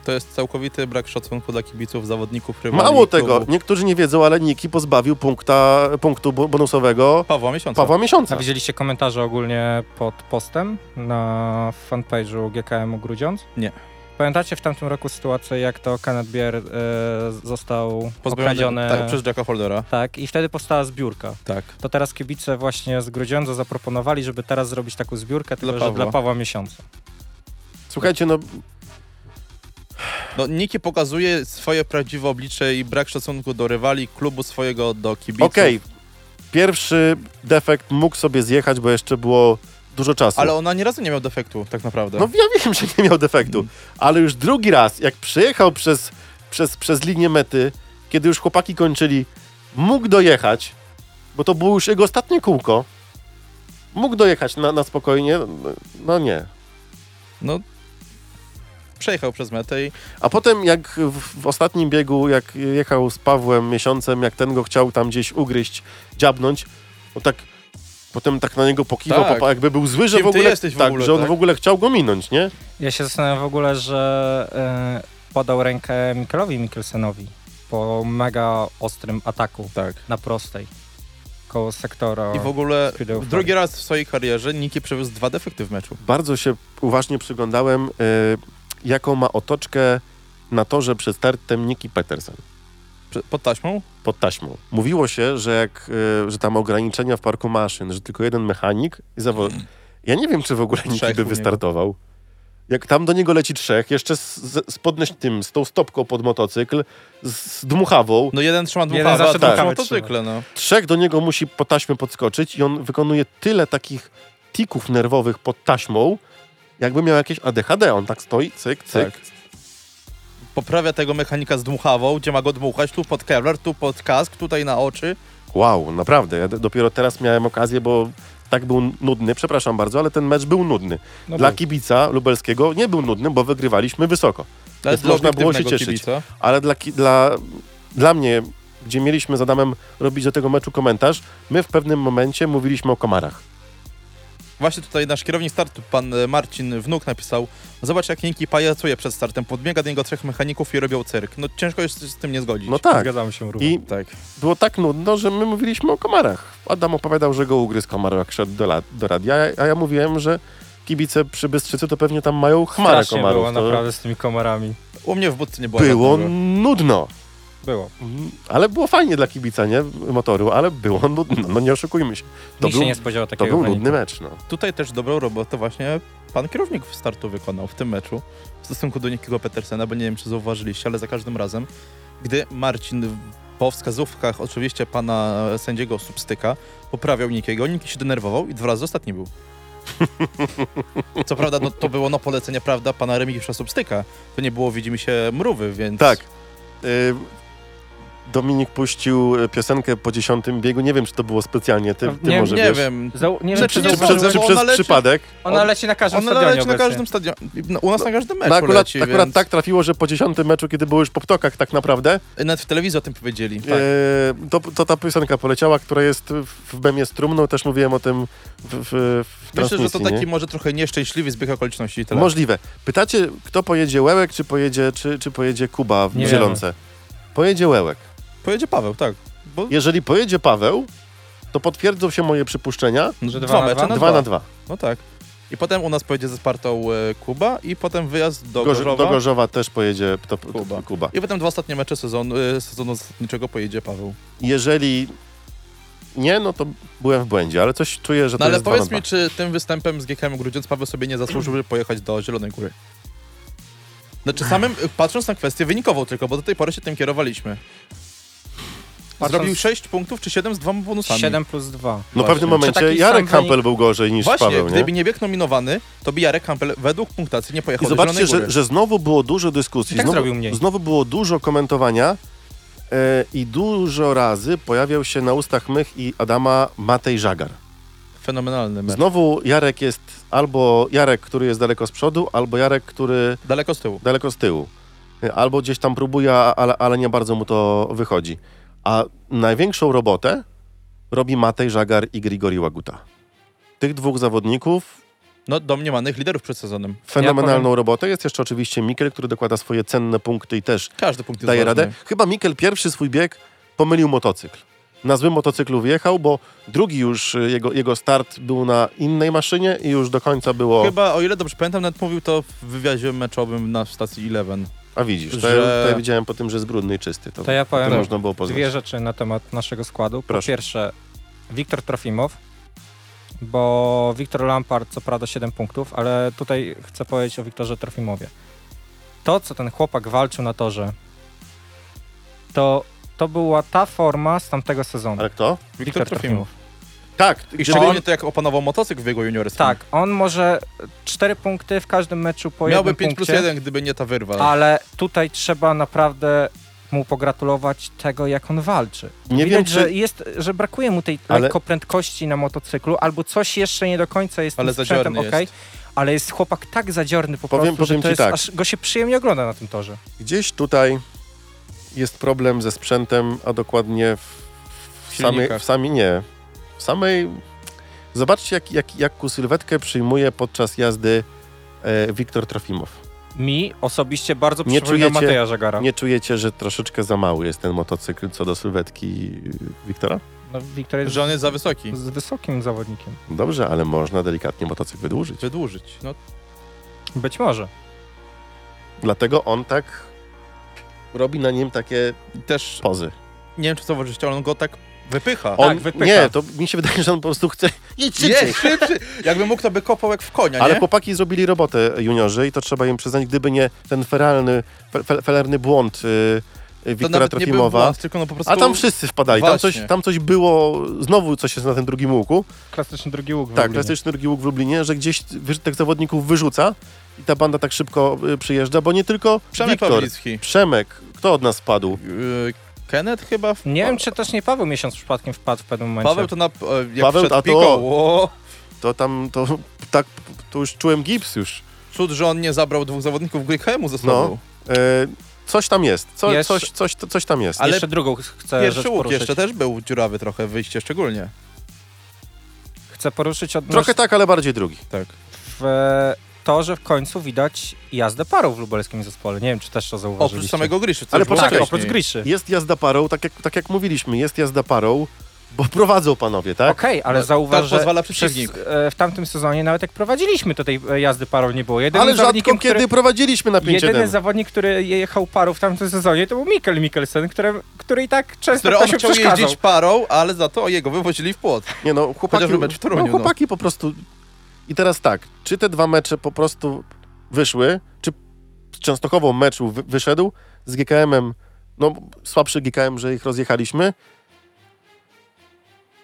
Speaker 3: To jest całkowity brak szacunku dla kibiców, zawodników, rywali.
Speaker 2: Mało tego,
Speaker 3: klubu.
Speaker 2: niektórzy nie wiedzą, ale Niki pozbawił punkta, punktu bu- bonusowego
Speaker 3: Pawła Miesiąca.
Speaker 2: Pawła
Speaker 4: A
Speaker 2: Miesiąca.
Speaker 4: widzieliście komentarze ogólnie pod postem na fanpage'u GKM-u Grudziądz?
Speaker 3: Nie.
Speaker 4: Pamiętacie w tamtym roku sytuację, jak to Canadbier e, został
Speaker 3: Pozbawiony
Speaker 4: okradziony?
Speaker 3: tak, przez Jacka Holdera.
Speaker 4: tak, i wtedy powstała zbiórka.
Speaker 3: Tak.
Speaker 4: To teraz kibice właśnie z Grudziądza zaproponowali, żeby teraz zrobić taką zbiórkę, tylko
Speaker 3: Dla
Speaker 4: że
Speaker 3: Pawła.
Speaker 4: dla Pawła Miesiąca.
Speaker 2: Słuchajcie, no
Speaker 3: No, Niki pokazuje swoje prawdziwe oblicze i brak szacunku do rywali, klubu swojego, do kibiców.
Speaker 2: okej, pierwszy defekt mógł sobie zjechać, bo jeszcze było dużo czasu.
Speaker 3: Ale ona ani razu nie miał defektu, tak naprawdę.
Speaker 2: No ja wiem, że nie miał defektu, ale już drugi raz, jak przejechał przez, przez, przez linię mety, kiedy już chłopaki kończyli, mógł dojechać, bo to było już jego ostatnie kółko, mógł dojechać na, na spokojnie, no nie.
Speaker 3: No, przejechał przez metę i
Speaker 2: A potem jak w, w ostatnim biegu, jak jechał z Pawłem miesiącem, jak ten go chciał tam gdzieś ugryźć, dziabnąć, no tak potem tak na niego pokiwał,
Speaker 3: Tak.
Speaker 2: popa- jakby był zły, że
Speaker 3: Kim
Speaker 2: w
Speaker 3: ty
Speaker 2: ogóle,
Speaker 3: jesteś w
Speaker 2: tak,
Speaker 3: ogóle,
Speaker 2: że on
Speaker 3: tak?
Speaker 2: w ogóle chciał go minąć, nie?
Speaker 4: Ja się zastanawiam w ogóle, że y, podał rękę Mikelowi Mikkelsenowi po mega ostrym ataku
Speaker 3: tak.
Speaker 4: na prostej koło sektora.
Speaker 3: I w ogóle
Speaker 4: Speedo fun.
Speaker 3: drugi raz w swojej karierze Niki przewiózł dwa defekty w meczu.
Speaker 2: Bardzo się uważnie przyglądałem, y, jaką ma otoczkę na torze przed startem Niki Petersen.
Speaker 3: Prze- Pod taśmą?
Speaker 2: pod taśmą. Mówiło się, że, jak, y, że tam ograniczenia w parku maszyn, że tylko jeden mechanik i zawo... Ja nie wiem, czy w ogóle nikt
Speaker 3: Mm. Trzech
Speaker 2: by
Speaker 3: u niego.
Speaker 2: wystartował. Jak tam do niego leci trzech, jeszcze z, z, z podnoś tym, z tą stopką pod motocykl, z, z dmuchawą,
Speaker 3: No jeden trzyma
Speaker 4: Jeden
Speaker 3: dmuchawę, a
Speaker 4: zawsze
Speaker 3: drugi trzyma
Speaker 4: dmuchawę
Speaker 3: motocykle, no.
Speaker 2: trzech do niego musi po taśmę podskoczyć i on wykonuje tyle takich tików nerwowych pod taśmą, jakby miał jakieś ADHD. On tak stoi, cyk, cyk.
Speaker 3: Tak. Poprawia tego mechanika z dmuchawą, gdzie ma go dmuchać, tu pod kevlar, tu pod kask, tutaj na oczy.
Speaker 2: Wow, naprawdę. Ja d- dopiero teraz miałem okazję, bo tak był nudny, przepraszam bardzo, ale ten mecz był nudny.
Speaker 4: No
Speaker 2: dla
Speaker 4: był.
Speaker 2: kibica lubelskiego nie był nudny, bo wygrywaliśmy wysoko.
Speaker 3: To
Speaker 2: Więc
Speaker 3: dla
Speaker 2: można było się
Speaker 3: obiektywnego
Speaker 2: cieszyć.
Speaker 3: kibica.
Speaker 2: Ale dla, ki- dla, dla mnie, gdzie mieliśmy z Adamem robić do tego meczu komentarz, my w pewnym momencie mówiliśmy o komarach.
Speaker 3: Właśnie tutaj nasz kierownik startu, pan e, Marcin Wnuk napisał Zobacz jak Niki pajacuje przed startem, podbiega do niego trzech mechaników i robią cyrk. No ciężko jest się z tym nie zgodzić.
Speaker 2: No tak.
Speaker 4: Zgadzam się również.
Speaker 2: I
Speaker 3: Tak.
Speaker 2: było tak nudno, że my mówiliśmy o komarach. Adam opowiadał, że go ugryzł komar, jak szedł do, la, do radia, a ja mówiłem, że kibice przy Bystrzycy to pewnie tam mają chmarę
Speaker 4: Strasznie
Speaker 2: komarów.
Speaker 4: było
Speaker 2: to
Speaker 4: naprawdę z tymi komarami.
Speaker 3: U mnie w budce nie było.
Speaker 2: było
Speaker 3: żadnego.
Speaker 2: nudno.
Speaker 4: Było.
Speaker 2: Mm, Ale było fajnie dla kibica, nie? Motoru, ale było nudno. No nie oszukujmy się. To
Speaker 4: Nikt
Speaker 2: był,
Speaker 4: się nie spodziewał
Speaker 2: to
Speaker 4: takiego
Speaker 2: był
Speaker 4: wyniku.
Speaker 2: nudny mecz, no.
Speaker 3: Tutaj też dobrą robotę właśnie pan kierownik w startu wykonał w tym meczu w stosunku do Nikiego Petersena, bo nie wiem czy zauważyliście, ale za każdym razem, gdy Marcin po wskazówkach oczywiście pana sędziego Substyka poprawiał Nikiego, Niki się denerwował i dwa razy ostatni był. Co prawda no, to było na polecenie, prawda, pana Remigiusza Substyka. To nie było, widzimy się, mrówy, więc...
Speaker 2: Tak. Y, Dominik puścił y, piosenkę po dziesiątym biegu. Nie wiem, czy to było specjalnie. Ty, ty
Speaker 4: Nie-
Speaker 2: może
Speaker 3: Nie
Speaker 2: wiesz.
Speaker 3: wiem.
Speaker 4: Zau- nie wiem,
Speaker 3: Rzeczy
Speaker 4: czy
Speaker 3: nie
Speaker 2: Czy, czy,
Speaker 3: zauważyłem,
Speaker 4: zauważyłeś,
Speaker 2: czy
Speaker 3: bo
Speaker 2: przez
Speaker 3: ona leci-
Speaker 2: przypadek?
Speaker 4: ona leci na każdym
Speaker 3: Ona
Speaker 4: stadionie
Speaker 3: leci na
Speaker 4: obecnie.
Speaker 3: każdym stadionie. No, U nas na każdym meczu
Speaker 2: No akurat
Speaker 3: leci,
Speaker 2: akurat
Speaker 3: więc...
Speaker 2: tak trafiło, że po dziesiątym meczu, kiedy było już po ptokach tak naprawdę,
Speaker 3: Nawet w telewizji o tym powiedzieli.
Speaker 2: y, to, to ta piosenka poleciała, która jest w w Bemie Strumną. Też mówiłem o tym w, w, w
Speaker 3: Myślę, że to
Speaker 2: transmisji,
Speaker 3: taki
Speaker 2: nie?
Speaker 3: może trochę nieszczęśliwy zbieg okoliczności. i Tyle.
Speaker 2: Możliwe. Pytacie, kto pojedzie Łełek, czy pojedzie, czy, czy pojedzie Kuba w
Speaker 4: Nie
Speaker 2: Zielonce? Pojedzie Łełek.
Speaker 3: Pojedzie Paweł, tak. Bo
Speaker 2: Jeżeli pojedzie Paweł, to potwierdzą się moje przypuszczenia.
Speaker 4: Że dwa na dwa?
Speaker 2: Dwa
Speaker 4: Na
Speaker 2: na dwa.
Speaker 3: No tak. I potem u nas pojedzie ze Spartą e, Kuba i potem wyjazd do
Speaker 2: Gorz-
Speaker 3: Gorzowa.
Speaker 2: do Gorzowa też pojedzie to, to, Kuba.
Speaker 3: Kuba. I potem dwa ostatnie mecze sezonu, e, sezonu zasadniczego pojedzie Paweł.
Speaker 2: Jeżeli nie, no to byłem w błędzie, ale coś czuję, że to
Speaker 3: No ale
Speaker 2: jest dwa na
Speaker 3: powiedz mi,
Speaker 2: dwa.
Speaker 3: czy tym występem z GKM Grudziądz Paweł sobie nie zasłużył, żeby pojechać do Zielonej Góry? Znaczy samym, e, patrząc na kwestię wynikową tylko, bo do tej pory się tym kierowaliśmy.
Speaker 4: Patrząc-
Speaker 3: Zrobił 6 punktów czy 7 z dwoma bonusami.
Speaker 4: 7 plus 2.
Speaker 2: No w
Speaker 3: Właśnie.
Speaker 2: pewnym
Speaker 4: Czy
Speaker 2: momencie
Speaker 4: taki sam
Speaker 2: Jarek
Speaker 4: wynik-
Speaker 2: Hampel był gorzej niż
Speaker 3: Właśnie,
Speaker 2: Paweł, nie?
Speaker 3: gdyby nie bieg nominowany, to by Jarek Campbell według punktacji nie
Speaker 2: I
Speaker 3: pojechał do
Speaker 2: zobaczcie,
Speaker 3: Zielonej Góry.
Speaker 2: że, że znowu było dużo dyskusji,
Speaker 4: I tak
Speaker 2: znowu,
Speaker 4: zrobił mniej.
Speaker 2: znowu było dużo komentowania e, i dużo razy pojawiał się na ustach mych i Adama Matej Żagar.
Speaker 3: Tak. Fenomenalny mecz.
Speaker 2: Znowu Jarek jest albo Jarek, który jest daleko z przodu, albo Jarek, który
Speaker 3: Daleko z tyłu.
Speaker 2: daleko z tyłu. Albo gdzieś tam próbuje, a- ale, ale nie bardzo mu to wychodzi. A największą robotę robi Matej Żagar i Grigori Łaguta. Tych dwóch zawodników
Speaker 3: No, domniemanych liderów przed sezonem.
Speaker 2: fenomenalną
Speaker 4: Ja powiem-
Speaker 2: robotę. Jest jeszcze oczywiście Mikel, który dokłada swoje cenne punkty i też
Speaker 3: Każdy punkt jest
Speaker 2: daje
Speaker 3: ważny.
Speaker 2: radę. Chyba Mikel pierwszy swój bieg pomylił motocykl. Na złym motocyklu wjechał, bo drugi już y, jego, jego start był na innej maszynie i już do końca było.
Speaker 3: Chyba, o ile dobrze pamiętam, nawet mówił to w wywiadzie meczowym na stacji Eleven.
Speaker 2: A widzisz, to,
Speaker 3: że-
Speaker 2: ja, to ja widziałem po tym, że jest brudny i czysty. To,
Speaker 4: To ja powiem
Speaker 2: to można było poznać.
Speaker 4: dwie rzeczy na temat naszego składu. Po
Speaker 2: Proszę.
Speaker 4: pierwsze, Wiktor Trofimow, bo Wiktor Lampard co prawda 7 punktów, ale tutaj chcę powiedzieć o Wiktorze Trofimowie. To, co ten chłopak walczył na torze, to, to była ta forma z tamtego sezonu.
Speaker 2: Ale kto?
Speaker 3: Wiktor Trofimow.
Speaker 2: Tak,
Speaker 3: I
Speaker 2: gdyby-
Speaker 3: szczególnie to, jak opanował motocykl w jego juniorskim.
Speaker 4: Tak, on może 4 punkty w każdym meczu po
Speaker 3: Miałby
Speaker 4: jednym
Speaker 3: 5
Speaker 4: punkcie.
Speaker 3: plus 1, gdyby nie ta wyrwa.
Speaker 4: Ale tutaj trzeba naprawdę mu pogratulować tego, jak on walczy.
Speaker 2: Nie
Speaker 4: Widać,
Speaker 2: wiem, czy-
Speaker 4: że, jest, że brakuje mu tej
Speaker 2: Ale-
Speaker 4: lekko prędkości na motocyklu, albo coś jeszcze nie do końca jest
Speaker 3: Ale
Speaker 4: tym sprzętem,
Speaker 3: zadziorny
Speaker 4: okej,
Speaker 3: jest.
Speaker 4: ale jest chłopak tak zadziorny po
Speaker 2: Powiem-
Speaker 4: prostu,
Speaker 2: powiem
Speaker 4: że to
Speaker 2: ci
Speaker 4: jest,
Speaker 2: tak.
Speaker 4: aż go się przyjemnie ogląda na tym torze.
Speaker 2: Gdzieś tutaj jest problem ze sprzętem, a dokładnie w, w, samej,
Speaker 3: silnikach.
Speaker 2: w samej nie. W samej. Zobaczcie, jak, jak, jaką sylwetkę przyjmuje podczas jazdy e, Wiktor Trofimow.
Speaker 4: Mi osobiście bardzo
Speaker 2: Nie
Speaker 4: przypomina
Speaker 2: czujecie-
Speaker 4: Mateja Żagara.
Speaker 2: Nie czujecie, że troszeczkę za mały jest ten motocykl co do sylwetki y, Wiktora?
Speaker 4: No, Wiktor jest
Speaker 3: Że on jest za wysoki.
Speaker 4: z wysokim zawodnikiem.
Speaker 2: Dobrze, ale można delikatnie motocykl wydłużyć.
Speaker 3: Wydłużyć. No,
Speaker 4: Być może.
Speaker 2: Dlatego on tak robi na nim takie
Speaker 3: też
Speaker 2: pozy.
Speaker 3: nie wiem, czy zauważyliście, ale on go tak wypycha.
Speaker 2: On,
Speaker 4: wypycha.
Speaker 2: nie, to mi się wydaje, że on po prostu chce jedź szybciej.
Speaker 3: Jest szybszy! Jakby mógł, to by kopał jak w konia,
Speaker 2: Ale
Speaker 3: nie?
Speaker 2: chłopaki zrobili robotę juniorzy i to trzeba im przyznać, gdyby nie ten feralny, fe- fe, felerny błąd y, y,
Speaker 3: to
Speaker 2: Wiktora
Speaker 3: nawet nie był
Speaker 2: Trofimowa.
Speaker 3: błąd, tylko no po prostu...
Speaker 2: A tam wszyscy wpadali, tam coś,
Speaker 3: Właśnie.
Speaker 2: tam coś było, znowu coś jest na tym drugim łuku.
Speaker 4: Klasyczny drugi łuk. w
Speaker 2: Tak,
Speaker 4: Lublinie.
Speaker 2: klasyczny drugi łuk w Lublinie, że gdzieś wy- tych zawodników wyrzuca i ta banda tak szybko y, przyjeżdża, bo nie tylko
Speaker 3: Przemek
Speaker 2: Wiktor,
Speaker 3: Pawlicki.
Speaker 2: Przemek, kto od nas spadł?
Speaker 3: Yy, Kenneth chyba? W...
Speaker 4: Nie wiem, czy też nie Paweł miesiąc przypadkiem wpadł w pewnym momencie.
Speaker 3: Paweł to na... e,
Speaker 2: Paweł,
Speaker 3: Jak Paweł,
Speaker 2: a to-
Speaker 3: przed piką, o,
Speaker 2: To tam, to tak, to już czułem gips już.
Speaker 3: cud, że on nie zabrał dwóch zawodników Grickhemu ze sobą.
Speaker 2: E, coś tam jest, co,
Speaker 4: Jeszcze-
Speaker 2: coś, coś, to, coś tam jest.
Speaker 3: ale
Speaker 4: Jeszcze drugą ch- chcę rzecz
Speaker 3: Pierwszy łuk
Speaker 4: poruszyć.
Speaker 3: jeszcze też był dziurawy trochę, wyjście szczególnie.
Speaker 4: Chcę poruszyć odnośnie...
Speaker 2: Trochę tak, ale bardziej drugi.
Speaker 3: Tak.
Speaker 4: w e, to, że w końcu widać jazdę parą w lubelskim zespole. Nie wiem, czy też to zauważyliście.
Speaker 3: Oprócz samego Griszy, co
Speaker 2: Ale
Speaker 3: już było
Speaker 4: Tak,
Speaker 2: Poczekaj.
Speaker 4: oprócz
Speaker 3: wcześniej.
Speaker 4: Griszy.
Speaker 2: Jest jazda parą, tak jak, tak jak mówiliśmy, jest jazda parą, bo prowadzą panowie, tak?
Speaker 4: Okej,
Speaker 3: No,
Speaker 4: ale zauważ,
Speaker 3: tak pozwala
Speaker 4: że
Speaker 3: przeciwnik.
Speaker 4: przez, e, w tamtym sezonie nawet jak prowadziliśmy, to tej e, jazdy parą nie było. Jedynym
Speaker 2: Ale rzadko
Speaker 4: zawodnikiem,
Speaker 2: kiedy
Speaker 4: który,
Speaker 2: prowadziliśmy na 5
Speaker 4: Jedyny zawodnik, który jechał parą w tamtym sezonie, to był Mikkel Mikkelsen, który, który i tak często
Speaker 3: Który
Speaker 4: to
Speaker 3: on
Speaker 4: się
Speaker 3: chciał
Speaker 4: przeszkadzał.
Speaker 3: jeździć parą, ale za to jego wywozili w płot.
Speaker 2: Nie no, chłopaki,
Speaker 3: Chociażby mecz w Toruniu,
Speaker 2: no, chłopaki po prostu... I teraz tak, czy te dwa mecze po prostu wyszły, czy z Częstochową meczu wy- wyszedł, z GKM-em, no słabszy GKM, że ich rozjechaliśmy,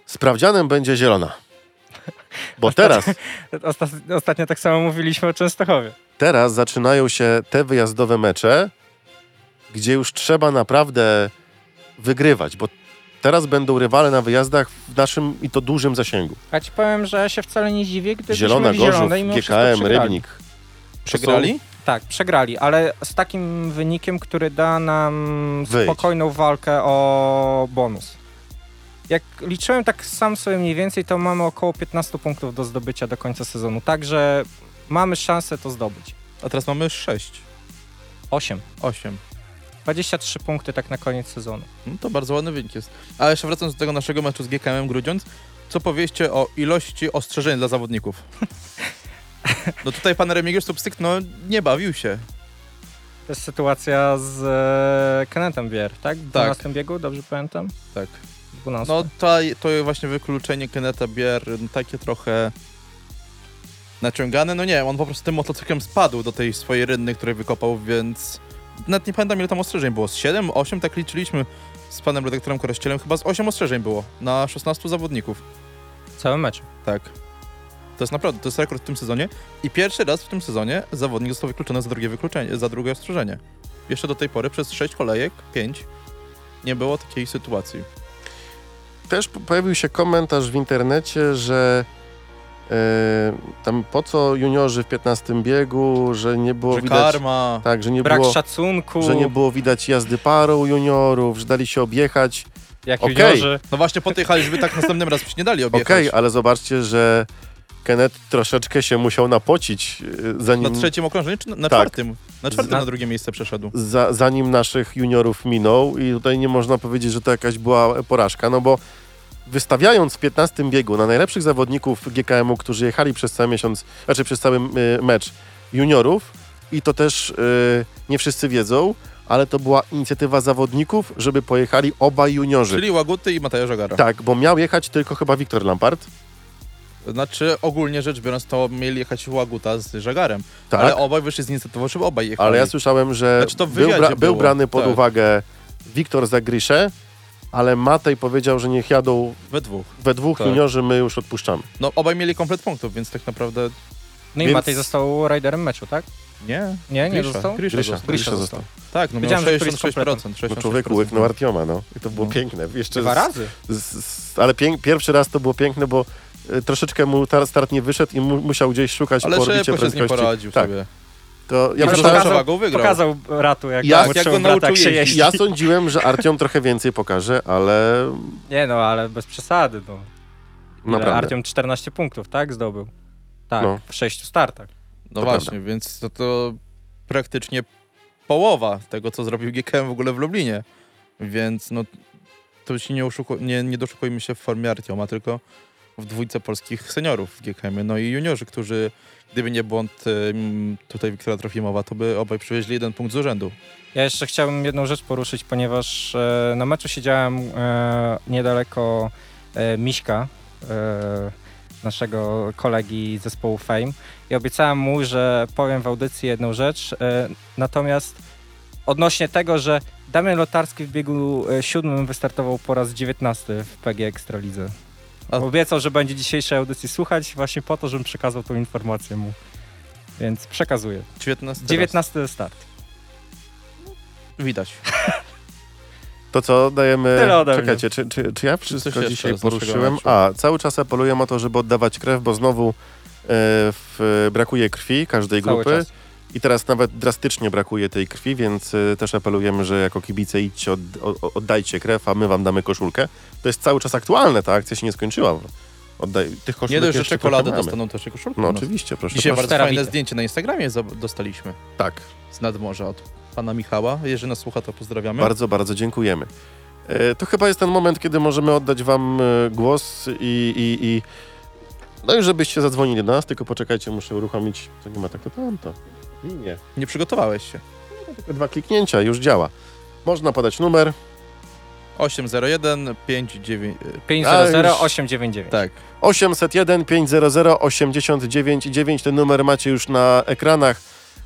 Speaker 2: sprawdzianem będzie zielona. Bo teraz,
Speaker 4: Osta- ostatnio tak samo mówiliśmy o Częstochowie.
Speaker 2: teraz zaczynają się te wyjazdowe mecze, gdzie już trzeba naprawdę wygrywać, bo teraz będą rywale na wyjazdach w naszym i to dużym zasięgu.
Speaker 4: A ci powiem, że ja się wcale nie dziwię, gdybyśmy
Speaker 2: Zielona,
Speaker 4: w Zielonej
Speaker 2: Gorzów,
Speaker 4: mimo wszystko
Speaker 2: GKM,
Speaker 4: przegrali.
Speaker 2: Rybnik.
Speaker 3: Przegrali?
Speaker 4: Tak, przegrali, ale z takim wynikiem, który da nam
Speaker 2: Wyjdź.
Speaker 4: spokojną walkę o bonus. Jak liczyłem tak sam sobie mniej więcej, to mamy około 15 punktów do zdobycia do końca sezonu. Także mamy szansę to zdobyć.
Speaker 3: A teraz mamy 6,
Speaker 4: 8.
Speaker 3: 8.
Speaker 4: 23 punkty tak na koniec sezonu.
Speaker 3: No to bardzo ładny wynik jest. A jeszcze wracając do tego naszego meczu z GKM Grudziądz, co powieście o ilości ostrzeżeń dla zawodników? No tutaj pan Remigiusz Substyk, no nie bawił się.
Speaker 4: To jest sytuacja z e, Kenetem Bier, tak? W 12 biegu, dobrze pamiętam?
Speaker 3: Tak.
Speaker 4: 12.
Speaker 3: No ta, to właśnie wykluczenie Keneta Bier, no, takie trochę naciągane. No nie, on po prostu tym motocyklem spadł do tej swojej rynny, której wykopał, więc nawet nie pamiętam ile tam ostrzeżeń było. Z 7, 8 tak liczyliśmy z panem redaktorem Koreścielem, chyba z 8 ostrzeżeń było na 16 zawodników.
Speaker 4: Cały mecz.
Speaker 3: Tak. To jest naprawdę, to jest rekord w tym sezonie i pierwszy raz w tym sezonie zawodnik został wykluczony za drugie wykluczenie, za drugie ostrzeżenie. Jeszcze do tej pory przez 6 kolejek, 5 nie było takiej sytuacji.
Speaker 2: Też po- pojawił się komentarz w internecie, że e, tam po co juniorzy w 15 biegu, że nie było
Speaker 3: Że
Speaker 2: widać...
Speaker 3: karma,
Speaker 2: Tak, że nie
Speaker 4: Brak
Speaker 2: było...
Speaker 4: szacunku,
Speaker 2: Że nie było widać jazdy parą juniorów, że dali się objechać.
Speaker 4: jak
Speaker 2: Okej.
Speaker 4: juniorzy.
Speaker 3: No właśnie po tej hali, żeby tak następnym razem się nie dali
Speaker 2: Okej,
Speaker 3: objechać.
Speaker 2: ale zobaczcie, że Kenneth troszeczkę się musiał napocić, e,
Speaker 3: Na
Speaker 2: zanim,
Speaker 3: trzecim okrążeniu czy na, na
Speaker 2: Tak.
Speaker 3: czwartym? Na czwartym
Speaker 4: Na-
Speaker 3: na drugie miejsce przeszedł.
Speaker 2: za, zanim naszych juniorów minął i tutaj nie można powiedzieć, że to jakaś była porażka, no bo wystawiając w 15 biegu na najlepszych zawodników GKM-u, którzy jechali przez cały miesiąc, znaczy przez cały e, mecz juniorów i to też e, nie wszyscy wiedzą, ale to była inicjatywa zawodników, żeby pojechali obaj juniorzy.
Speaker 3: Czyli Łaguty i Mateja Żagara.
Speaker 2: Tak, bo miał jechać tylko chyba Wiktor Lampard.
Speaker 3: Znaczy ogólnie rzecz biorąc to mieli jechać Łaguta z Żagarem.
Speaker 2: Tak,
Speaker 3: Ale
Speaker 2: ale,
Speaker 3: obaj wyszli z inicjatywy, żeby obaj jechali.
Speaker 2: ja słyszałem, że
Speaker 3: Znaczy to w
Speaker 2: był,
Speaker 3: wywiadzie
Speaker 2: był
Speaker 3: było,
Speaker 2: brany pod
Speaker 3: tak.
Speaker 2: uwagę Wiktor Zagrysze, ale Matej powiedział, że niech jadą
Speaker 3: We dwóch.
Speaker 2: we dwóch
Speaker 3: Tak.
Speaker 2: juniorzy, my już odpuszczamy.
Speaker 3: No obaj mieli komplet punktów, więc tak naprawdę
Speaker 4: No i
Speaker 2: Więc-
Speaker 4: Matej został riderem meczu, tak?
Speaker 3: nie.
Speaker 4: Nie, nie
Speaker 3: Grisza.
Speaker 4: został?
Speaker 3: Grisza
Speaker 2: Grisza,
Speaker 3: został.
Speaker 2: Grisza został.
Speaker 3: Tak, no miał
Speaker 4: Wiedziałem, że któryś
Speaker 3: 66%.
Speaker 4: kompletem.
Speaker 3: 66%.
Speaker 2: No człowieku łyknął Artioma, no. I to było
Speaker 3: No.
Speaker 2: piękne. Jeszcze
Speaker 4: Dwa
Speaker 2: z-
Speaker 4: razy.
Speaker 2: Z, z, ale pię, pierwszy raz to było piękne, bo e, troszeczkę mu tar- start nie wyszedł i mu, musiał gdzieś szukać
Speaker 3: Ale
Speaker 2: po orbicie
Speaker 3: szybko się z nim
Speaker 2: prędkości.
Speaker 3: poradził
Speaker 2: tak,
Speaker 3: sobie.
Speaker 2: to ja,
Speaker 3: Ale
Speaker 4: Ale to
Speaker 2: przepraszam,
Speaker 4: pokazał-
Speaker 3: Szarażowa go wygrał.
Speaker 4: Pokazał ratu, jak,
Speaker 2: Ja-
Speaker 4: ja,
Speaker 3: jak
Speaker 4: jak
Speaker 3: go
Speaker 4: brata, jak
Speaker 3: nauczył
Speaker 4: się
Speaker 3: jeździć.
Speaker 4: jeździ.
Speaker 2: ja sądziłem, że Artiom trochę więcej pokaże, ale
Speaker 4: Nie no, ale bez przesady. No.
Speaker 2: naprawdę.
Speaker 4: Artiom 14 punktów, tak? Zdobył. Tak,
Speaker 2: No.
Speaker 4: w sześciu startach.
Speaker 3: No
Speaker 2: To
Speaker 3: właśnie, więc to, to praktycznie połowa tego, co zrobił GKM w ogóle w Lublinie. Więc no, to się nie, oszuku- nie, nie doszukujmy się w formie Artioma, tylko w dwójce polskich seniorów w GKM. No i juniorzy, którzy, gdyby nie błąd em, tutaj Wiktora Trofimowa, to by obaj przywieźli jeden punkt z urzędu.
Speaker 4: Ja jeszcze chciałbym jedną rzecz poruszyć, ponieważ e, na meczu siedziałem e, niedaleko e, Miśka, e, naszego kolegi z zespołu Fame i obiecałem mu, że powiem w audycji jedną rzecz, e, natomiast odnośnie tego, że Damian Lotarski w biegu e, siódmym wystartował po raz 19 w PG Ekstralidze.
Speaker 3: A-
Speaker 4: Obiecał, że będzie dzisiejszej audycji słuchać właśnie po to, żebym przekazał tą informację mu. Więc przekazuję.
Speaker 3: 19.
Speaker 4: 19 start.
Speaker 3: Raz. Widać.
Speaker 2: To co dajemy.
Speaker 4: Tyle ode mnie.
Speaker 2: Czekajcie, czy, czy, czy ja
Speaker 3: Coś
Speaker 2: wszystko
Speaker 3: jeszcze
Speaker 2: dzisiaj
Speaker 3: z naszego
Speaker 2: poruszyłem?
Speaker 3: meczu.
Speaker 2: A, cały czas apeluję o to, żeby oddawać krew, bo znowu e, w, brakuje krwi każdej
Speaker 4: Cały
Speaker 2: grupy.
Speaker 4: czas.
Speaker 2: I teraz nawet drastycznie brakuje tej krwi, więc y, też apelujemy, że jako kibice idźcie, od, o, oddajcie krew, a my wam damy koszulkę. To jest cały czas aktualne, ta akcja się nie skończyła. Oddaj, tych koszulek
Speaker 3: Nie dość, że
Speaker 2: jeszcze
Speaker 3: czekolady
Speaker 2: trochę mamy.
Speaker 3: dostaną też koszulkę.
Speaker 2: No
Speaker 3: No,
Speaker 2: oczywiście, proszę.
Speaker 3: Dzisiaj
Speaker 2: proszę.
Speaker 3: bardzo fajne
Speaker 4: Sterawite.
Speaker 3: zdjęcie na Instagramie za- dostaliśmy
Speaker 2: Tak,
Speaker 3: z nadmorza od pana Michała. Jeżeli nas słucha, to pozdrawiamy.
Speaker 2: bardzo, bardzo dziękujemy. E, to chyba jest ten moment, kiedy możemy oddać wam e, głos i... i, i no i żebyście zadzwonili do nas, tylko poczekajcie, muszę uruchomić... To nie ma tak, to tamto. Nie.
Speaker 3: Nie przygotowałeś się.
Speaker 2: Tylko dwa kliknięcia, już działa. Można podać numer.
Speaker 3: 801 59. e,
Speaker 4: 500899.
Speaker 3: Tak.
Speaker 2: 801 500 89 9. Ten numer macie już na ekranach.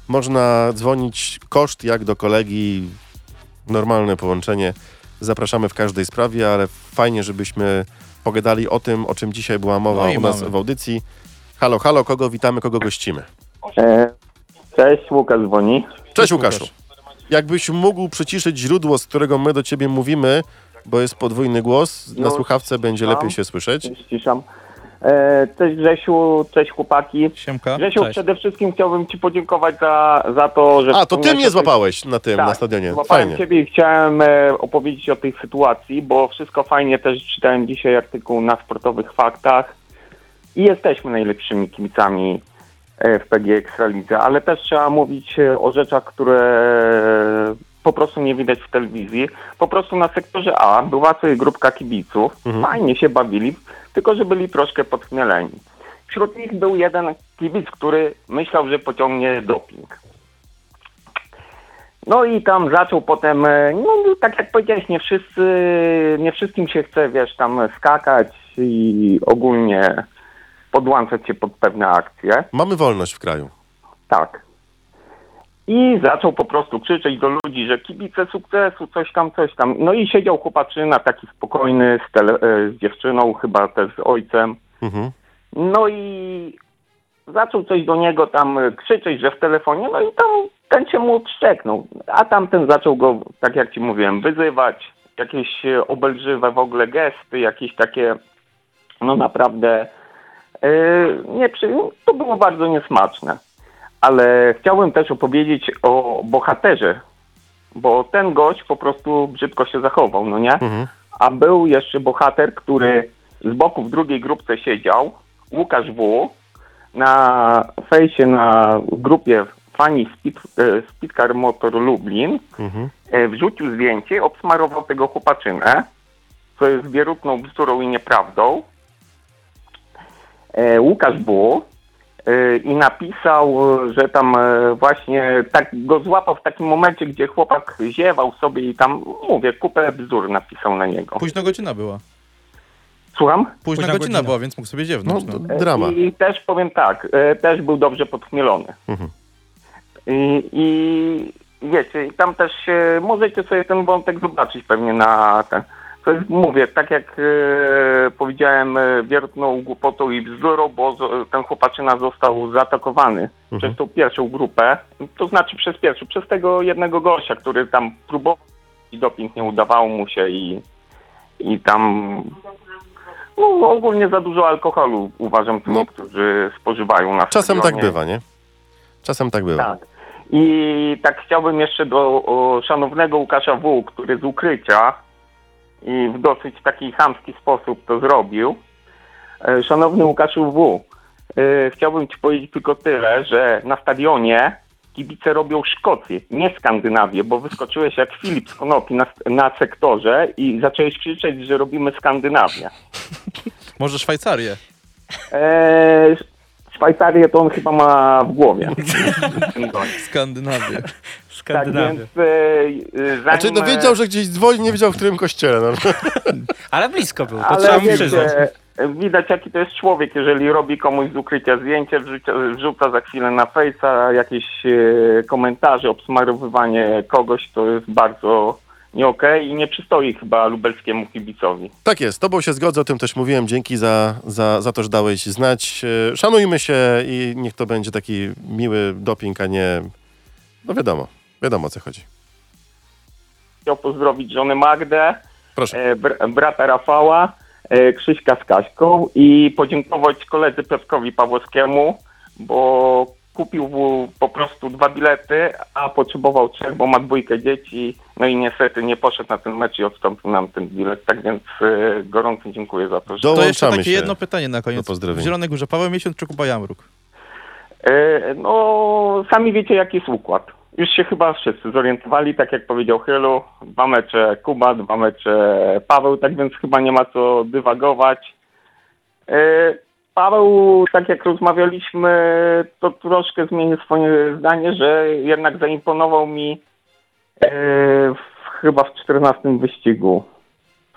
Speaker 2: Można dzwonić koszt jak do kolegi. Normalne połączenie. Zapraszamy w każdej sprawie, ale fajnie, żebyśmy pogadali o tym, o czym dzisiaj była mowa
Speaker 3: No i
Speaker 2: u nas
Speaker 3: mamy.
Speaker 2: w audycji. Halo, halo, kogo witamy, kogo gościmy?
Speaker 1: E, Cześć, Łukasz dzwoni.
Speaker 2: Cześć
Speaker 3: Łukasz.
Speaker 2: Łukaszu. Jakbyś mógł przyciszyć źródło, z którego my do ciebie mówimy, bo jest podwójny głos, na
Speaker 1: No,
Speaker 2: słuchawce będzie
Speaker 1: tam.
Speaker 2: lepiej się słyszeć.
Speaker 1: Ściszam. E, Cześć Grzesiu, cześć chłopaki.
Speaker 3: Siemka.
Speaker 1: Grzesiu,
Speaker 3: Cześć.
Speaker 1: przede wszystkim chciałbym Ci podziękować za, za to, że...
Speaker 2: A, to ty
Speaker 1: wspomniałeś
Speaker 2: mnie
Speaker 1: o tej-
Speaker 2: złapałeś na tym,
Speaker 1: Tak,
Speaker 2: na stadionie.
Speaker 1: Złapałem
Speaker 2: Fajnie.
Speaker 1: Ciebie i chciałem e, opowiedzieć o tej sytuacji, bo wszystko fajnie też czytałem dzisiaj artykuł na sportowych faktach i jesteśmy najlepszymi kibicami e, w PG Ekstralidze, ale też trzeba mówić e, o rzeczach, które e, po prostu nie widać w telewizji. Po prostu na sektorze A była sobie grupka kibiców,
Speaker 2: Mhm.
Speaker 1: fajnie się bawili, tylko że byli troszkę podchmieleni. Wśród nich był jeden kibic, który myślał, że pociągnie doping. No i tam zaczął potem, e, no tak jak powiedziałeś, nie wszyscy, nie wszystkim się chce, wiesz, tam skakać i ogólnie podłączać się pod pewne akcje.
Speaker 2: Mamy wolność w kraju.
Speaker 1: Tak. I zaczął po prostu krzyczeć do ludzi, że kibice sukcesu, coś tam, coś tam. No i siedział chłopaczyna taki spokojny z, tele, e, z dziewczyną, chyba też z ojcem.
Speaker 2: Mhm.
Speaker 1: No i zaczął coś do niego tam e, krzyczeć, że w telefonie, no i tam ten się mu wstrzeknął. A tamten zaczął go, tak jak ci mówiłem, wyzywać, jakieś e, obelżywe w ogóle gesty, jakieś takie, no naprawdę, e, nie przy, to było bardzo niesmaczne. Ale chciałbym też opowiedzieć o bohaterze, bo ten gość po prostu brzydko się zachował, no nie?
Speaker 2: Mhm.
Speaker 1: a był jeszcze bohater, który z boku w drugiej grupce siedział, Łukasz W. Na fejsie, na grupie fani Speed, e, Speedcar Motor Lublin
Speaker 2: Mhm.
Speaker 1: e, wrzucił zdjęcie, obsmarował tego chłopaczynę, co jest wierutną bzdurą i nieprawdą. E, Łukasz Bu e, i napisał, e, że tam e, właśnie tak go złapał w takim momencie, gdzie chłopak ziewał sobie i tam, mówię, kupę bzdur napisał na niego.
Speaker 3: Późna godzina była.
Speaker 1: Słucham?
Speaker 3: Późna,
Speaker 4: Późna
Speaker 3: godzina,
Speaker 4: godzina.
Speaker 3: była, więc mógł sobie
Speaker 2: No,
Speaker 3: ziewnąć. No,
Speaker 2: d- drama.
Speaker 1: E, I też powiem tak, e, też był dobrze podchmielony.
Speaker 2: Mhm.
Speaker 1: I, I wiecie, i tam też e, możecie sobie ten wątek zobaczyć pewnie na ten. To jest, mówię, tak jak e, powiedziałem, e, wiertną głupotą i bzdurą, bo z, ten chłopaczyna został zaatakowany
Speaker 2: Mhm.
Speaker 1: przez tą pierwszą grupę, to znaczy przez pierwszą, przez tego jednego gościa, który tam próbował i doping nie udawało mu się i, i tam No ogólnie za dużo alkoholu uważam,
Speaker 2: No.
Speaker 1: no. którzy spożywają na
Speaker 2: Czasem tak
Speaker 1: stadionie.
Speaker 2: bywa, nie? Czasem tak bywa.
Speaker 1: Tak. I tak chciałbym jeszcze do o, szanownego Łukasza W., który z ukrycia i w dosyć taki chamski sposób to zrobił. E, Szanowny Łukaszu W., e, chciałbym Ci powiedzieć tylko tyle, że na stadionie kibice robią Szkocję, nie Skandynawię, bo wyskoczyłeś jak Filip z Konopi na, na sektorze i zacząłeś krzyczeć, że robimy Skandynawię.
Speaker 3: Może Szwajcarię.
Speaker 1: E, Szwajcarię to on chyba ma w głowie.
Speaker 3: Skandynawię.
Speaker 1: Tak
Speaker 5: Skandynawia.
Speaker 1: więc e, e, zanim,
Speaker 2: Znaczy, no wiedział, że gdzieś dzwoni, nie wiedział w którym kościele. No.
Speaker 5: Ale blisko był, to
Speaker 1: Ale
Speaker 5: trzeba mu
Speaker 1: wiecie,
Speaker 5: przyznać.
Speaker 1: Widać, jaki to jest człowiek, jeżeli robi komuś z ukrycia zdjęcie, wrzuca, wrzuca za chwilę na fejsa jakieś e, komentarze, obsmarowywanie kogoś, to jest bardzo nie okej i nie przystoi chyba lubelskiemu kibicowi.
Speaker 2: Tak jest, z tobą się zgodzę, o tym też mówiłem. Dzięki za, za, za to, że dałeś znać. E, Szanujmy się i niech to będzie taki miły doping, a nie... No wiadomo, wiadomo o co chodzi.
Speaker 1: Chciał pozdrowić żonę Magdę,
Speaker 2: Proszę.
Speaker 1: e, br- brata Rafała, e, Krzyśka z Kaśką i podziękować koledze Piotrkowi Pawłowskiemu, bo kupił mu po prostu dwa bilety, a potrzebował trzech, bo ma dwójkę dzieci. No i niestety nie poszedł na ten mecz i odstąpił nam ten bilet. Tak więc e, gorąco dziękuję za to. Że...
Speaker 3: To jeszcze
Speaker 2: Dołączamy
Speaker 3: takie
Speaker 2: się.
Speaker 3: jedno pytanie na koniec.
Speaker 2: Do pozdrowień.
Speaker 3: W Zielonej Górze Paweł Miesiąc czy Kuba Jamruk?
Speaker 1: E, No, sami wiecie, jaki jest układ. Już się chyba wszyscy zorientowali, tak jak powiedział Chylu. Dwa mecze Kuba, dwa mecze Paweł, tak więc chyba nie ma co dywagować. E, Paweł, tak jak rozmawialiśmy, to troszkę zmienił swoje zdanie, że jednak zaimponował mi e, w, chyba w 14 wyścigu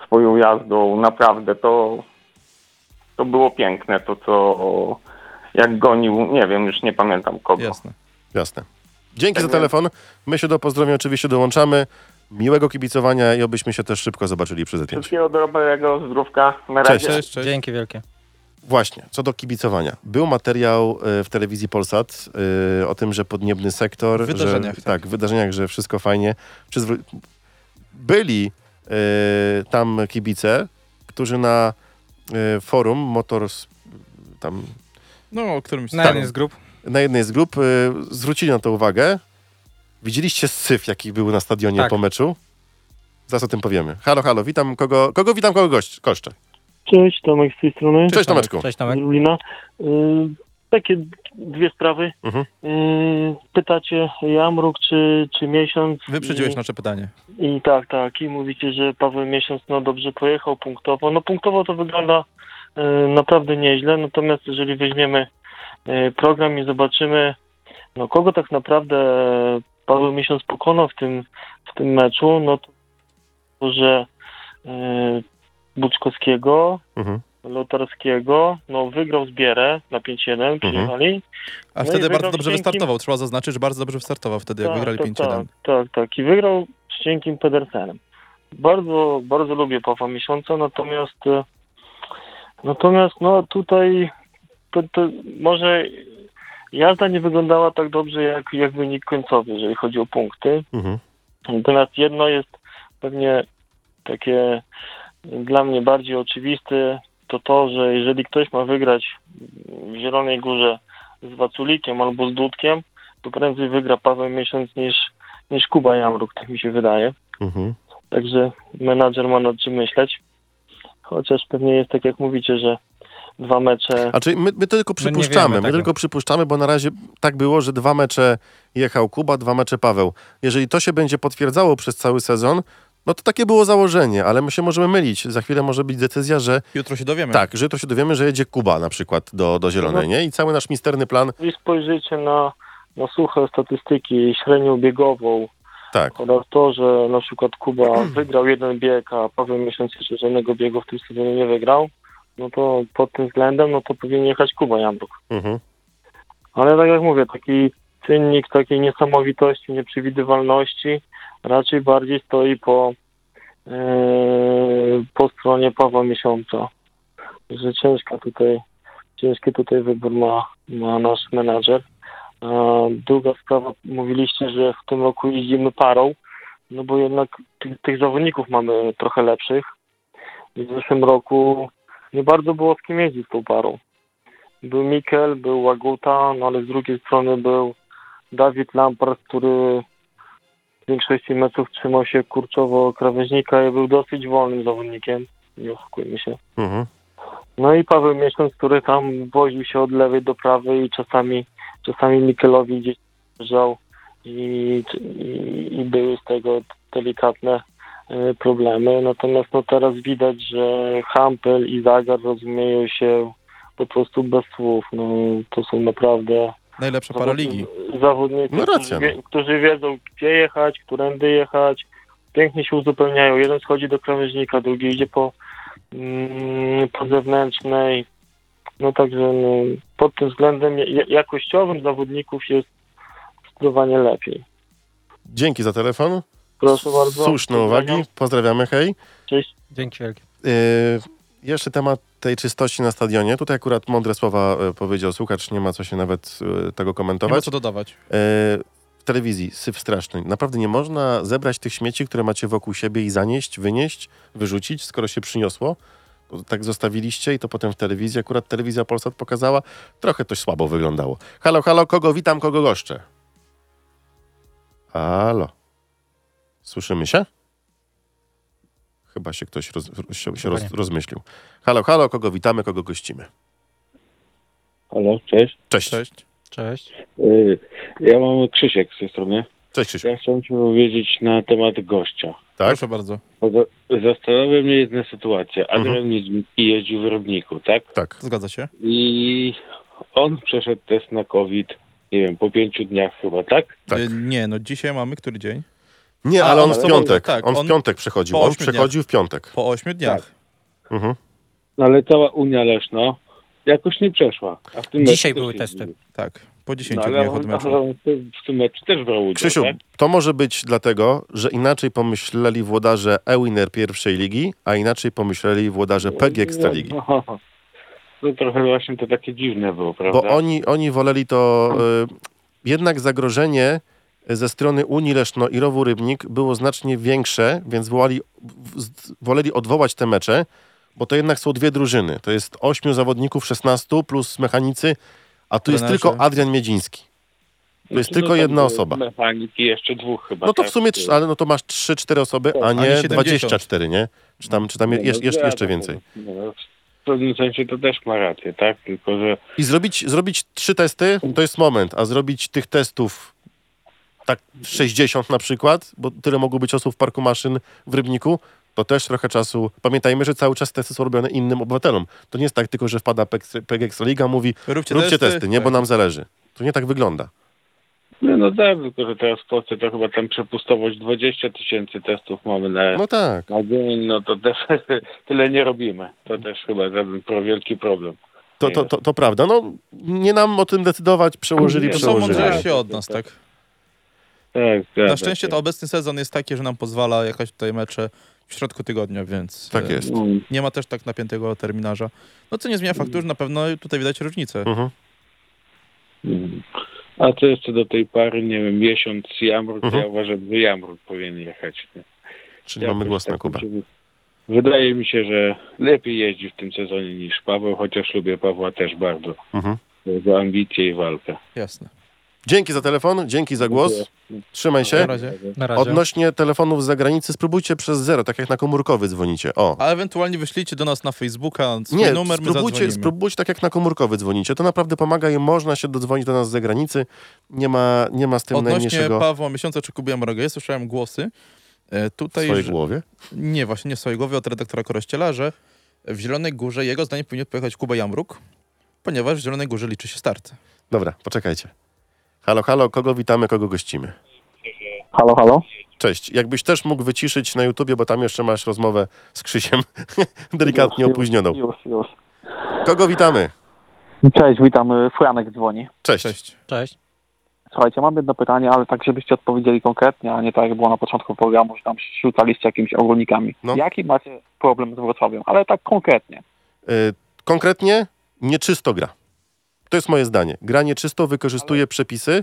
Speaker 1: swoją jazdą. Naprawdę to, to było piękne, to co jak gonił, nie wiem, już nie pamiętam kogo.
Speaker 3: Jasne.
Speaker 2: Jasne. Dzięki
Speaker 1: Tak
Speaker 2: za
Speaker 1: więc-
Speaker 2: telefon. My się do pozdrowienia oczywiście dołączamy. Miłego kibicowania i obyśmy się też szybko zobaczyli przy Z5.
Speaker 1: Wszystkiego dobrego, zdrówka, na
Speaker 2: Cześć.
Speaker 1: razie.
Speaker 3: Cześć, cześć.
Speaker 4: Dzięki wielkie.
Speaker 2: Właśnie, co do kibicowania. Był materiał e, w telewizji Polsat e, o tym, że podniebny sektor.
Speaker 3: W wydarzeniach,
Speaker 2: Że,
Speaker 3: tak.
Speaker 2: tak. w wydarzeniach, że wszystko fajnie. Przyzwo- Byli e, tam kibice, którzy na e, forum Motors. Tam
Speaker 3: No, o którymś
Speaker 4: Na
Speaker 3: stanu.
Speaker 4: jednej z grup.
Speaker 2: na jednej z grup e, zwrócili na to uwagę. Widzieliście syf, jaki był na stadionie
Speaker 4: Tak.
Speaker 2: po meczu? Zaraz o tym powiemy. Halo, halo, witam kogo, kogo witam, kogo gość, koszczę.
Speaker 6: Cześć, Tomek z tej strony,
Speaker 2: Cześć, Tomeczku.
Speaker 4: Cześć Tomek.
Speaker 6: Lublina. Y, takie dwie sprawy.
Speaker 2: Mhm.
Speaker 6: Y, pytacie Jamruk czy, czy miesiąc.
Speaker 3: Wyprzedziłeś
Speaker 6: I,
Speaker 3: nasze pytanie.
Speaker 6: I tak, tak. I mówicie, że Paweł miesiąc no dobrze pojechał punktowo. No punktowo to wygląda y, naprawdę nieźle, natomiast jeżeli weźmiemy y, program i zobaczymy, no kogo tak naprawdę Paweł miesiąc pokonał w tym, w tym meczu, no to, że y, Buczkowskiego,
Speaker 2: Mhm.
Speaker 6: Lotarskiego, no wygrał zbierę na 5-1, przyjechali.
Speaker 3: A
Speaker 6: No i
Speaker 3: wtedy
Speaker 6: wygrał
Speaker 3: bardzo dobrze
Speaker 6: dzięki-
Speaker 3: wystartował. Trzeba zaznaczyć, że bardzo dobrze wystartował wtedy, jak wygrali
Speaker 6: tak,
Speaker 3: 5-1.
Speaker 6: tak, tak, tak. I wygrał z cienkim Pedersenem. Bardzo, bardzo lubię Pawła Miesiąca, natomiast e, natomiast no tutaj to, to może jazda nie wyglądała tak dobrze jak, jak wynik końcowy, jeżeli chodzi o punkty.
Speaker 2: Mhm.
Speaker 6: Natomiast jedno jest pewnie takie dla mnie bardziej oczywiste, to to, że jeżeli ktoś ma wygrać w Zielonej Górze z Waculikiem albo z Dudkiem, to prędzej wygra Paweł Miesiąc niż, niż Kuba Jamruk, tak mi się wydaje.
Speaker 2: Mhm.
Speaker 6: Także menadżer ma nad czym myśleć. Chociaż pewnie jest tak, jak mówicie, że dwa mecze...
Speaker 2: A czyli Znaczy, my, my tylko
Speaker 4: No wiemy
Speaker 2: przypuszczamy, my
Speaker 4: tego.
Speaker 2: tylko przypuszczamy, bo na razie tak było, że dwa mecze jechał Kuba, dwa mecze Paweł. Jeżeli to się będzie potwierdzało przez cały sezon, no to takie było założenie, ale my się możemy mylić. Za chwilę może być decyzja, że
Speaker 3: Jutro się
Speaker 4: No.
Speaker 3: dowiemy.
Speaker 2: tak, że to się dowiemy, że jedzie Kuba na przykład do, do Zielonej,
Speaker 1: No.
Speaker 2: nie? I cały nasz misterny plan,
Speaker 6: Jeżeli spojrzycie na, na suche statystyki, średnią biegową
Speaker 2: tak.
Speaker 6: oraz to, że na przykład Kuba wygrał jeden bieg, a Paweł Miesiąc jeszcze żadnego biegu w tym sezonie nie wygrał, no to pod tym względem, no to powinien jechać Kuba Jambruk.
Speaker 2: Mhm.
Speaker 6: Ale tak jak mówię, taki czynnik takiej niesamowitości, nieprzewidywalności raczej bardziej stoi po, e, po stronie Pawła Miesiąca. Że ciężka tutaj, ciężki tutaj wybór ma, ma nasz menadżer. A druga sprawa, mówiliście, że w tym roku jeździmy parą, no bo jednak ty, tych zawodników mamy trochę lepszych. W zeszłym roku
Speaker 1: nie bardzo było w kim jeździć z tą parą. Był Mikel, był Łaguta, no ale z drugiej strony był Dawid Lampard, który w większości meczów trzymał się kurczowo krawężnika i był dosyć wolnym zawodnikiem. Nie oszukujmy się.
Speaker 2: Mhm.
Speaker 1: No i Paweł Miesiąc, który tam woził się od lewej do prawej i czasami, czasami Mikelowi gdzieś leżał i, i, i były z tego delikatne e, problemy. Natomiast no teraz widać, że Hampel i Zagar rozumieją się po prostu bez słów. No, to są naprawdę
Speaker 3: Najlepsza para ligi.
Speaker 1: zawodni- zawodnicy,
Speaker 2: No racja,
Speaker 1: którzy, wie, którzy wiedzą gdzie jechać, którędy jechać. Pięknie się uzupełniają. Jeden schodzi do krawężnika, drugi idzie po, mm, po zewnętrznej. No także no, pod tym względem ja- jakościowym zawodników jest zdecydowanie lepiej.
Speaker 2: Dzięki za telefon.
Speaker 1: Proszę bardzo.
Speaker 2: Słuszne uwagi. Pozdrawiamy, hej.
Speaker 1: Cześć.
Speaker 4: Dzięki wielkie.
Speaker 2: Yy, jeszcze temat tej czystości na stadionie. Tutaj akurat mądre słowa e, powiedział słuchacz, nie ma co się nawet e, tego
Speaker 3: Nie ma
Speaker 2: komentować.
Speaker 3: co dodawać.
Speaker 2: E, w telewizji syf straszny. Naprawdę nie można zebrać tych śmieci, które macie wokół siebie i zanieść, wynieść, wyrzucić, skoro się przyniosło. Bo Tak zostawiliście i to potem w telewizji. Akurat telewizja Polsat pokazała. Trochę to słabo wyglądało. Halo, halo, kogo witam, kogo goszczę? Halo. Słyszymy się? Chyba się ktoś roz, się, się
Speaker 4: Chyba
Speaker 2: roz,
Speaker 4: nie.
Speaker 2: rozmyślił. Halo, halo, kogo witamy, kogo gościmy?
Speaker 5: Halo, cześć.
Speaker 2: Cześć. Cześć,
Speaker 3: Cześć.
Speaker 4: Cześć.
Speaker 5: Y, Ja mam Krzysiek z tej strony.
Speaker 2: Krzysiu.
Speaker 5: Ja chciałem ci powiedzieć na temat gościa.
Speaker 2: Tak?
Speaker 3: Proszę bardzo.
Speaker 5: Bo za- Zastanawia mnie jedna sytuacja.
Speaker 2: Mhm.
Speaker 5: Adrian mhm. jeździł w Rybniku, tak?
Speaker 2: Tak.
Speaker 3: Zgadza się.
Speaker 5: I on przeszedł test na COVID, nie wiem, po pięciu dniach chyba, tak?
Speaker 2: Tak.
Speaker 3: Y, Nie, no dzisiaj mamy który dzień?
Speaker 2: Nie,
Speaker 3: A,
Speaker 2: ale on,
Speaker 3: ale
Speaker 2: w
Speaker 3: to-
Speaker 2: piątek.
Speaker 3: tak,
Speaker 2: on w
Speaker 3: on-
Speaker 2: piątek przechodził.
Speaker 3: po
Speaker 2: On
Speaker 3: ośmiu dniach.
Speaker 2: przechodził w piątek.
Speaker 3: Po
Speaker 5: Tak.
Speaker 3: ośmiu dniach.
Speaker 2: Mhm.
Speaker 5: No ale cała Unia Leszno jakoś nie przeszła. A w tym
Speaker 7: Dzisiaj
Speaker 5: meczu też
Speaker 7: były
Speaker 5: nie
Speaker 7: testy.
Speaker 5: było.
Speaker 3: Tak. Po 10
Speaker 5: No, ale
Speaker 3: dniach od
Speaker 5: on,
Speaker 3: meczu.
Speaker 5: on w tym meczu też brał udział,
Speaker 2: Krzysiu,
Speaker 5: tak?
Speaker 2: to może być dlatego, że inaczej pomyśleli włodarze Ewiner pierwszej ligi, a inaczej pomyśleli włodarze PG Ekstraligi.
Speaker 5: No, no. No trochę właśnie to takie dziwne było, prawda? Mhm.
Speaker 2: Bo oni, oni woleli to... Y, jednak zagrożenie ze strony Unii Leszno i Rowu Rybnik było znacznie większe, więc woleli, z- woleli odwołać te mecze, bo to jednak są dwie drużyny. To jest ośmiu zawodników, 16 plus mechanicy, a tu jest
Speaker 3: Trenerzy.
Speaker 2: tylko Adrian Miedziński. To jest
Speaker 5: Znaczy,
Speaker 2: tylko
Speaker 5: tam
Speaker 2: jedna
Speaker 5: były
Speaker 2: osoba.
Speaker 5: Mechaniki jeszcze dwóch chyba.
Speaker 2: No to w
Speaker 5: tak?
Speaker 2: sumie, trz- ale no to masz 3-4 osoby, a
Speaker 3: A nie
Speaker 2: nie
Speaker 3: 70.
Speaker 2: 24, nie? Czy tam, czy tam je,
Speaker 5: Nie,
Speaker 2: jeż-
Speaker 5: no,
Speaker 2: jeszcze,
Speaker 5: ja
Speaker 2: jeszcze
Speaker 5: tak
Speaker 2: więcej.
Speaker 5: mówię, no, W pewnym sensie to też ma rację, tak? Tylko, że
Speaker 2: I zrobić, zrobić 3 testy to jest moment, a zrobić tych testów tak 60 na przykład, bo tyle mogło być osób w parku maszyn w Rybniku, to też trochę czasu. Pamiętajmy, że cały czas testy są robione innym obywatelom. To nie jest tak tylko, że wpada PG Extraliga, mówi
Speaker 3: Róbcie,
Speaker 2: róbcie testy, nie, bo
Speaker 3: Tak.
Speaker 2: nam zależy. To nie tak wygląda.
Speaker 5: no, no tak, tylko że teraz w Polsce to chyba tam przepustowość 20 tysięcy testów mamy na,
Speaker 2: No tak.
Speaker 5: na dzień, no to też tyle nie robimy. To też chyba żaden pro, wielki problem.
Speaker 2: To, to, to, to prawda. No, nie nam o tym decydować, przełożyli,
Speaker 5: Nie,
Speaker 3: To są
Speaker 2: przełożyli.
Speaker 3: mądrzejsi od nas, tak?
Speaker 5: Tak, tak,
Speaker 3: Na szczęście to
Speaker 5: tak.
Speaker 3: obecny sezon jest taki, że nam pozwala jechać tutaj mecze w środku tygodnia, więc
Speaker 2: Tak
Speaker 3: e,
Speaker 2: jest.
Speaker 5: Mm.
Speaker 3: nie ma też tak napiętego terminarza. No co nie zmienia faktu, że na pewno tutaj widać różnicę.
Speaker 2: Mhm.
Speaker 5: Mhm. A co jeszcze do tej pary, nie wiem, miesiąc Jamruk,
Speaker 2: Mhm.
Speaker 5: ja uważam, że Jamruk powinien jechać. Nie?
Speaker 2: Czyli mamy
Speaker 5: Jakoś
Speaker 2: głos na
Speaker 5: tak
Speaker 2: Kubę.
Speaker 5: mi się wy- Wydaje mi się, że lepiej jeździ w tym sezonie niż Paweł, chociaż lubię Pawła też bardzo.
Speaker 2: Mhm.
Speaker 5: Za ambicje i walkę.
Speaker 3: Jasne.
Speaker 2: Dzięki za telefon, dzięki za głos. Trzymaj
Speaker 3: Na
Speaker 2: się.
Speaker 3: razie.
Speaker 4: Na razie.
Speaker 2: Odnośnie telefonów z zagranicy, spróbujcie przez zero, tak jak na komórkowy dzwonicie. O.
Speaker 3: A ewentualnie wyślijcie do nas na Facebooka swój
Speaker 2: Nie,
Speaker 3: numer, my
Speaker 2: spróbujcie,
Speaker 3: zadzwonimy.
Speaker 2: spróbujcie tak jak na komórkowy dzwonicie. To naprawdę pomaga i można się dodzwonić do nas z zagranicy. Nie ma, nie ma z tym
Speaker 3: Odnośnie
Speaker 2: najmniejszego
Speaker 3: Pawła Miesiąca czy Kuby Mroga, ja słyszałem głosy e,
Speaker 2: w
Speaker 3: tutaj,
Speaker 2: swojej
Speaker 3: że,
Speaker 2: głowie.
Speaker 3: nie właśnie, nie w swojej głowie, od redaktora Korościela, że w Zielonej Górze jego zdaniem powinien pojechać Kuba Jamruk, ponieważ w Zielonej Górze liczy się start.
Speaker 2: Dobra, poczekajcie. Halo, halo, kogo witamy, kogo gościmy?
Speaker 1: Halo, halo.
Speaker 2: Cześć. Jakbyś też mógł wyciszyć na YouTubie, bo tam jeszcze masz rozmowę z Krzysiem, delikatnie
Speaker 1: Już,
Speaker 2: opóźnioną.
Speaker 1: Już, już.
Speaker 2: Kogo witamy?
Speaker 1: Cześć, witam. y, Franek dzwoni.
Speaker 2: Cześć.
Speaker 3: Cześć.
Speaker 7: Cześć.
Speaker 1: Słuchajcie, mam jedno pytanie, ale tak, żebyście odpowiedzieli konkretnie, a nie tak jak było na początku programu, że tam rzucaliście jakimiś ogólnikami.
Speaker 2: No.
Speaker 1: Jaki macie problem z Wrocławiem? Ale tak konkretnie.
Speaker 2: Y, Konkretnie nieczysto gra. To jest moje zdanie. Gra nieczysto, wykorzystuje przepisy.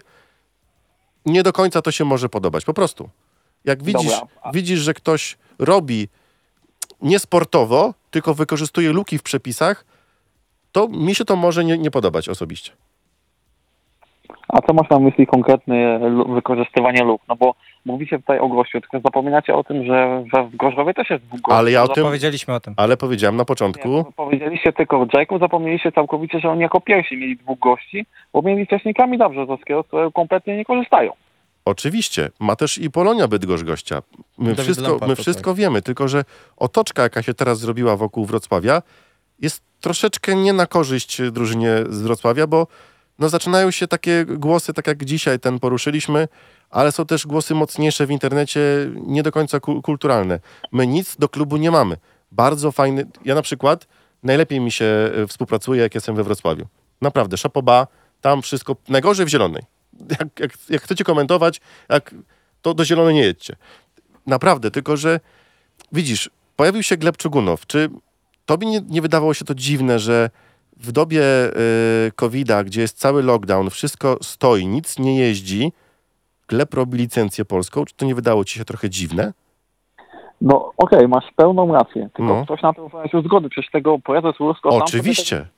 Speaker 2: Nie do końca to się może podobać, po prostu. Jak widzisz,
Speaker 1: Dobra.
Speaker 2: widzisz że ktoś robi niesportowo, tylko wykorzystuje luki w przepisach, to mi się to może nie, nie podobać osobiście.
Speaker 6: A co masz na myśli konkretne lu- wykorzystywanie luk? No bo mówi się tutaj o Gościu, tylko zapominacie o tym, że we w Gorzowie też jest Gościu.
Speaker 2: Ale ja o tym,
Speaker 4: Powiedzieliśmy o tym.
Speaker 2: ale powiedziałem na początku,
Speaker 6: No, Nie, no, Powiedzieliście tylko o Jacku, zapomnieliście całkowicie, że oni jako pierwsi mieli dwóch gości, bo mieli wcześnikami dobrze z którego kompletnie nie korzystają.
Speaker 2: Oczywiście. Ma też i Polonia Bydgoszcz gościa. My
Speaker 3: Dawid
Speaker 2: wszystko,
Speaker 3: Lampard,
Speaker 2: my
Speaker 3: to tak.
Speaker 2: wszystko wiemy, tylko że otoczka, jaka się teraz zrobiła wokół Wrocławia, jest troszeczkę nie na korzyść drużynie z Wrocławia, bo no, zaczynają się takie głosy, tak jak dzisiaj ten poruszyliśmy, ale są też głosy mocniejsze w internecie, nie do końca ku- kulturalne. My nic do klubu nie mamy. Bardzo fajny. Ja na przykład najlepiej mi się e, współpracuje, jak jestem we Wrocławiu. Naprawdę, szapoba, tam wszystko. Najgorzej w zielonej. Jak, jak, jak chcecie komentować, jak, to do zielonej nie jedźcie. Naprawdę, tylko że widzisz, pojawił się Gleb Czugunow. Czy tobie nie, nie wydawało się to dziwne, że w dobie y, COVID-a, gdzie jest cały lockdown, wszystko stoi, nic nie jeździ, Gleb robi licencję polską? Czy to nie wydało ci się trochę dziwne?
Speaker 6: No okej, masz pełną rację, tylko
Speaker 2: No.
Speaker 6: ktoś na to wyraził zgody, przecież tego prezes Rusko sam
Speaker 2: Oczywiście.
Speaker 6: Tego,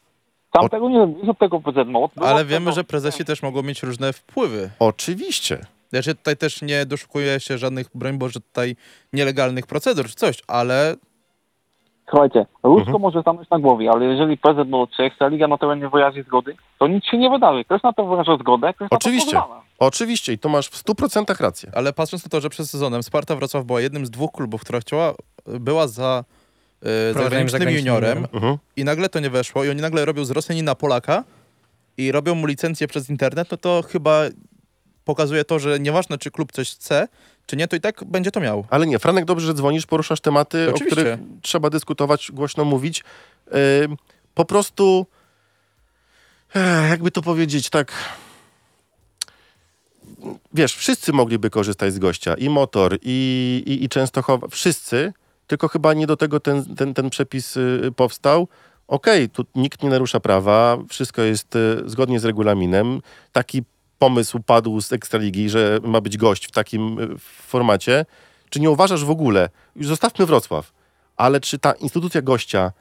Speaker 2: O-
Speaker 6: sam tego nie robił, zrób tego prezes no. Mot.
Speaker 3: Ale wiemy, że prezesi też mogą mieć różne wpływy.
Speaker 2: Oczywiście.
Speaker 3: Ja się tutaj też nie doszukuję się żadnych, broń Boże, tutaj nielegalnych procedur czy coś, ale
Speaker 6: Słuchajcie, Rusko
Speaker 2: Mhm.
Speaker 6: może stanąć na głowie, ale jeżeli prezes Mot czy Ekstraliga na terenie wyrazi zgody, to nic się nie wydarzy. Ktoś na to wyraża zgodę, ktoś
Speaker 2: Oczywiście.
Speaker 6: na to pozwala.
Speaker 2: Oczywiście i to masz w 100% rację.
Speaker 3: Ale patrząc na to, że przed sezonem Sparta Wrocław była jednym z dwóch klubów, która chciała, była za y, zagranicznym
Speaker 4: zagranicznym
Speaker 3: juniorem
Speaker 4: juniorem.
Speaker 2: Mhm.
Speaker 3: i nagle to nie weszło i oni nagle robią z Rosjanina Polaka i robią mu licencję przez internet, no to chyba pokazuje to, że nieważne czy klub coś chce, czy nie, to i tak będzie to miał.
Speaker 2: Ale nie, Franek, dobrze, że dzwonisz, poruszasz tematy,
Speaker 3: Oczywiście.
Speaker 2: o których trzeba dyskutować, głośno mówić. Yy, po prostu, eh, jakby to powiedzieć, tak. Wiesz, wszyscy mogliby korzystać z gościa, i motor, i, i, i Częstochowa, wszyscy, tylko chyba nie do tego ten, ten, ten przepis y, powstał. Okej, tu nikt nie narusza prawa, wszystko jest y, zgodnie z regulaminem. Taki pomysł padł z Ekstraligi, że ma być gość w takim y, formacie. Czy nie uważasz w ogóle, już zostawmy Wrocław, ale czy ta instytucja gościa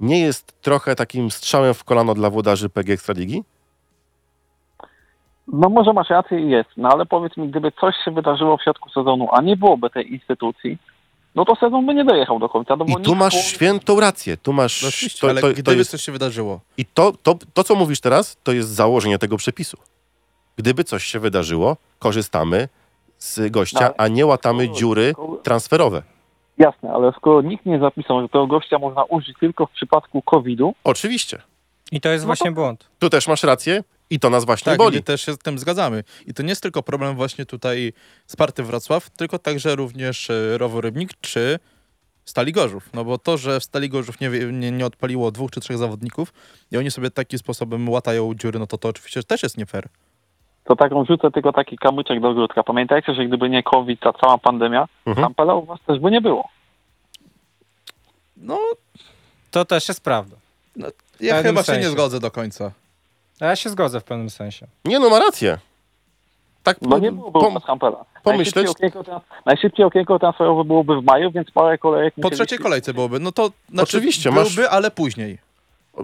Speaker 2: nie jest trochę takim strzałem w kolano dla włodarzy PG Ekstraligi?
Speaker 6: No może masz rację i jest, no ale powiedz mi, gdyby coś się wydarzyło w środku sezonu, a nie byłoby tej instytucji, no to sezon by nie dojechał do końca. No bo
Speaker 2: I
Speaker 6: nikt
Speaker 2: tu masz
Speaker 6: było-
Speaker 2: świętą rację, tu masz...
Speaker 3: No oczywiście,
Speaker 2: to-
Speaker 3: ale
Speaker 2: to- to
Speaker 3: gdyby
Speaker 2: jest-
Speaker 3: coś się wydarzyło.
Speaker 2: I to, to, to, co mówisz teraz, to jest założenie tego przepisu. Gdyby coś się wydarzyło, korzystamy z gościa,
Speaker 6: No,
Speaker 2: a nie łatamy dziury transferowe.
Speaker 6: Jasne, ale skoro nikt nie zapisał, że tego gościa można użyć tylko w przypadku COVID-u,
Speaker 2: Oczywiście.
Speaker 4: I to jest
Speaker 6: No to-
Speaker 4: właśnie błąd.
Speaker 2: Tu też masz rację i to nas właśnie
Speaker 3: Tak,
Speaker 2: boli.
Speaker 3: my też się z tym zgadzamy. I to nie jest tylko problem właśnie tutaj Sparty Wrocław, tylko także również y, Rowo Rybnik czy Stali Gorzów. No bo to, że w Stali Gorzów nie, wie- nie, nie odpaliło dwóch czy trzech zawodników i oni sobie takim sposobem łatają dziury, no to to oczywiście też jest nie fair.
Speaker 6: to taką rzucę tylko taki kamyczek do ogródka. Pamiętajcie, że gdyby nie COVID, ta cała pandemia,
Speaker 2: Mhm.
Speaker 6: tam Pela u was też by nie było.
Speaker 3: No,
Speaker 4: To też jest prawda.
Speaker 3: ja
Speaker 4: pewnym
Speaker 3: chyba się nie
Speaker 4: sensie.
Speaker 3: zgodzę do końca.
Speaker 4: A Ja się zgodzę w pewnym sensie.
Speaker 2: Nie no, ma rację. Tak
Speaker 6: No nie
Speaker 2: po-
Speaker 6: byłoby
Speaker 2: pom-
Speaker 6: bez Hampela.
Speaker 2: pomyśleć-
Speaker 6: Najszybciej okienko, trans- najszybciej okienko transferowe byłoby w maju, więc parę kolejek...
Speaker 3: Po
Speaker 6: musieliście-
Speaker 3: trzeciej kolejce byłoby, no to znaczy,
Speaker 2: Oczywiście, masz-
Speaker 3: byłby, ale później.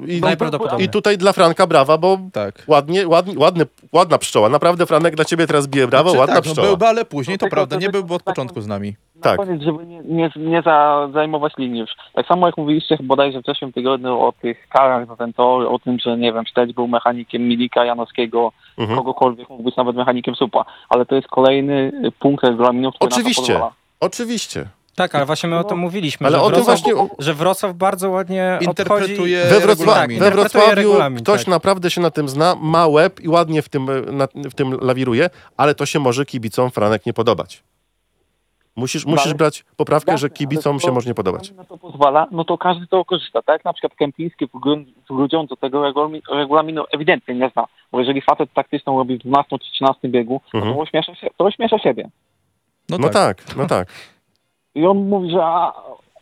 Speaker 2: I,
Speaker 5: Najprawdopodobniej.
Speaker 2: I tutaj dla Franka brawa, bo
Speaker 3: Tak.
Speaker 2: ładnie, ładnie, ładnie, ładna pszczoła. Naprawdę, Franek, dla ciebie teraz bije brawo,
Speaker 3: Znaczy,
Speaker 2: ładna
Speaker 3: tak, no
Speaker 2: pszczoła.
Speaker 3: byłby, ale później,
Speaker 6: No
Speaker 3: to
Speaker 6: tylko
Speaker 3: prawda,
Speaker 6: to
Speaker 3: nie
Speaker 6: tylko
Speaker 3: byłby od
Speaker 6: taką-
Speaker 3: początku z nami.
Speaker 6: Na
Speaker 2: tak.
Speaker 6: koniec, żeby nie, nie, nie za, zajmować linii już. Tak samo jak mówiliście bodajże w zeszłym tygodniu o tych karach za ten tor, o tym, że nie wiem, Szteć był mechanikiem Milika, Janowskiego,
Speaker 2: Mhm.
Speaker 6: kogokolwiek, mógł być nawet mechanikiem Supa. Ale to jest kolejny y, punkt regulaminu, który na to
Speaker 2: Oczywiście.
Speaker 6: pozwala.
Speaker 2: Oczywiście.
Speaker 4: Tak, ale właśnie my o tym
Speaker 6: No.
Speaker 4: mówiliśmy.
Speaker 2: Ale
Speaker 4: że
Speaker 2: o tym
Speaker 4: Wrocław-
Speaker 2: właśnie... o-
Speaker 4: Że Wrocław bardzo ładnie
Speaker 3: Interpretuje
Speaker 4: Obchodzi...
Speaker 2: We, Wrocła-
Speaker 3: regulamin.
Speaker 2: E, we
Speaker 4: Tak, interpretuje
Speaker 2: Wrocławiu
Speaker 4: regulamin,
Speaker 2: ktoś
Speaker 4: tak.
Speaker 2: naprawdę się na tym zna, ma łeb i ładnie w tym, e, na, w tym lawiruje, ale to się może kibicom Franek nie podobać. Musisz, musisz
Speaker 6: Ale-
Speaker 2: brać poprawkę,
Speaker 6: Jasne,
Speaker 2: że kibicom
Speaker 6: ale
Speaker 2: się
Speaker 6: to-
Speaker 2: może nie podobać.
Speaker 6: Na to pozwala, no to każdy to korzysta. Tak jak na przykład Kępiński w grun- w Grudziądzu tego regulamin- regulaminu ewidentnie nie zna. Bo jeżeli facet taktyczną robi w 12 czy 13 biegu,
Speaker 2: Mhm.
Speaker 6: to, ośmiesza się, to ośmiesza siebie.
Speaker 3: No,
Speaker 2: No
Speaker 3: tak.
Speaker 2: tak, no tak.
Speaker 6: I on mówi, że a,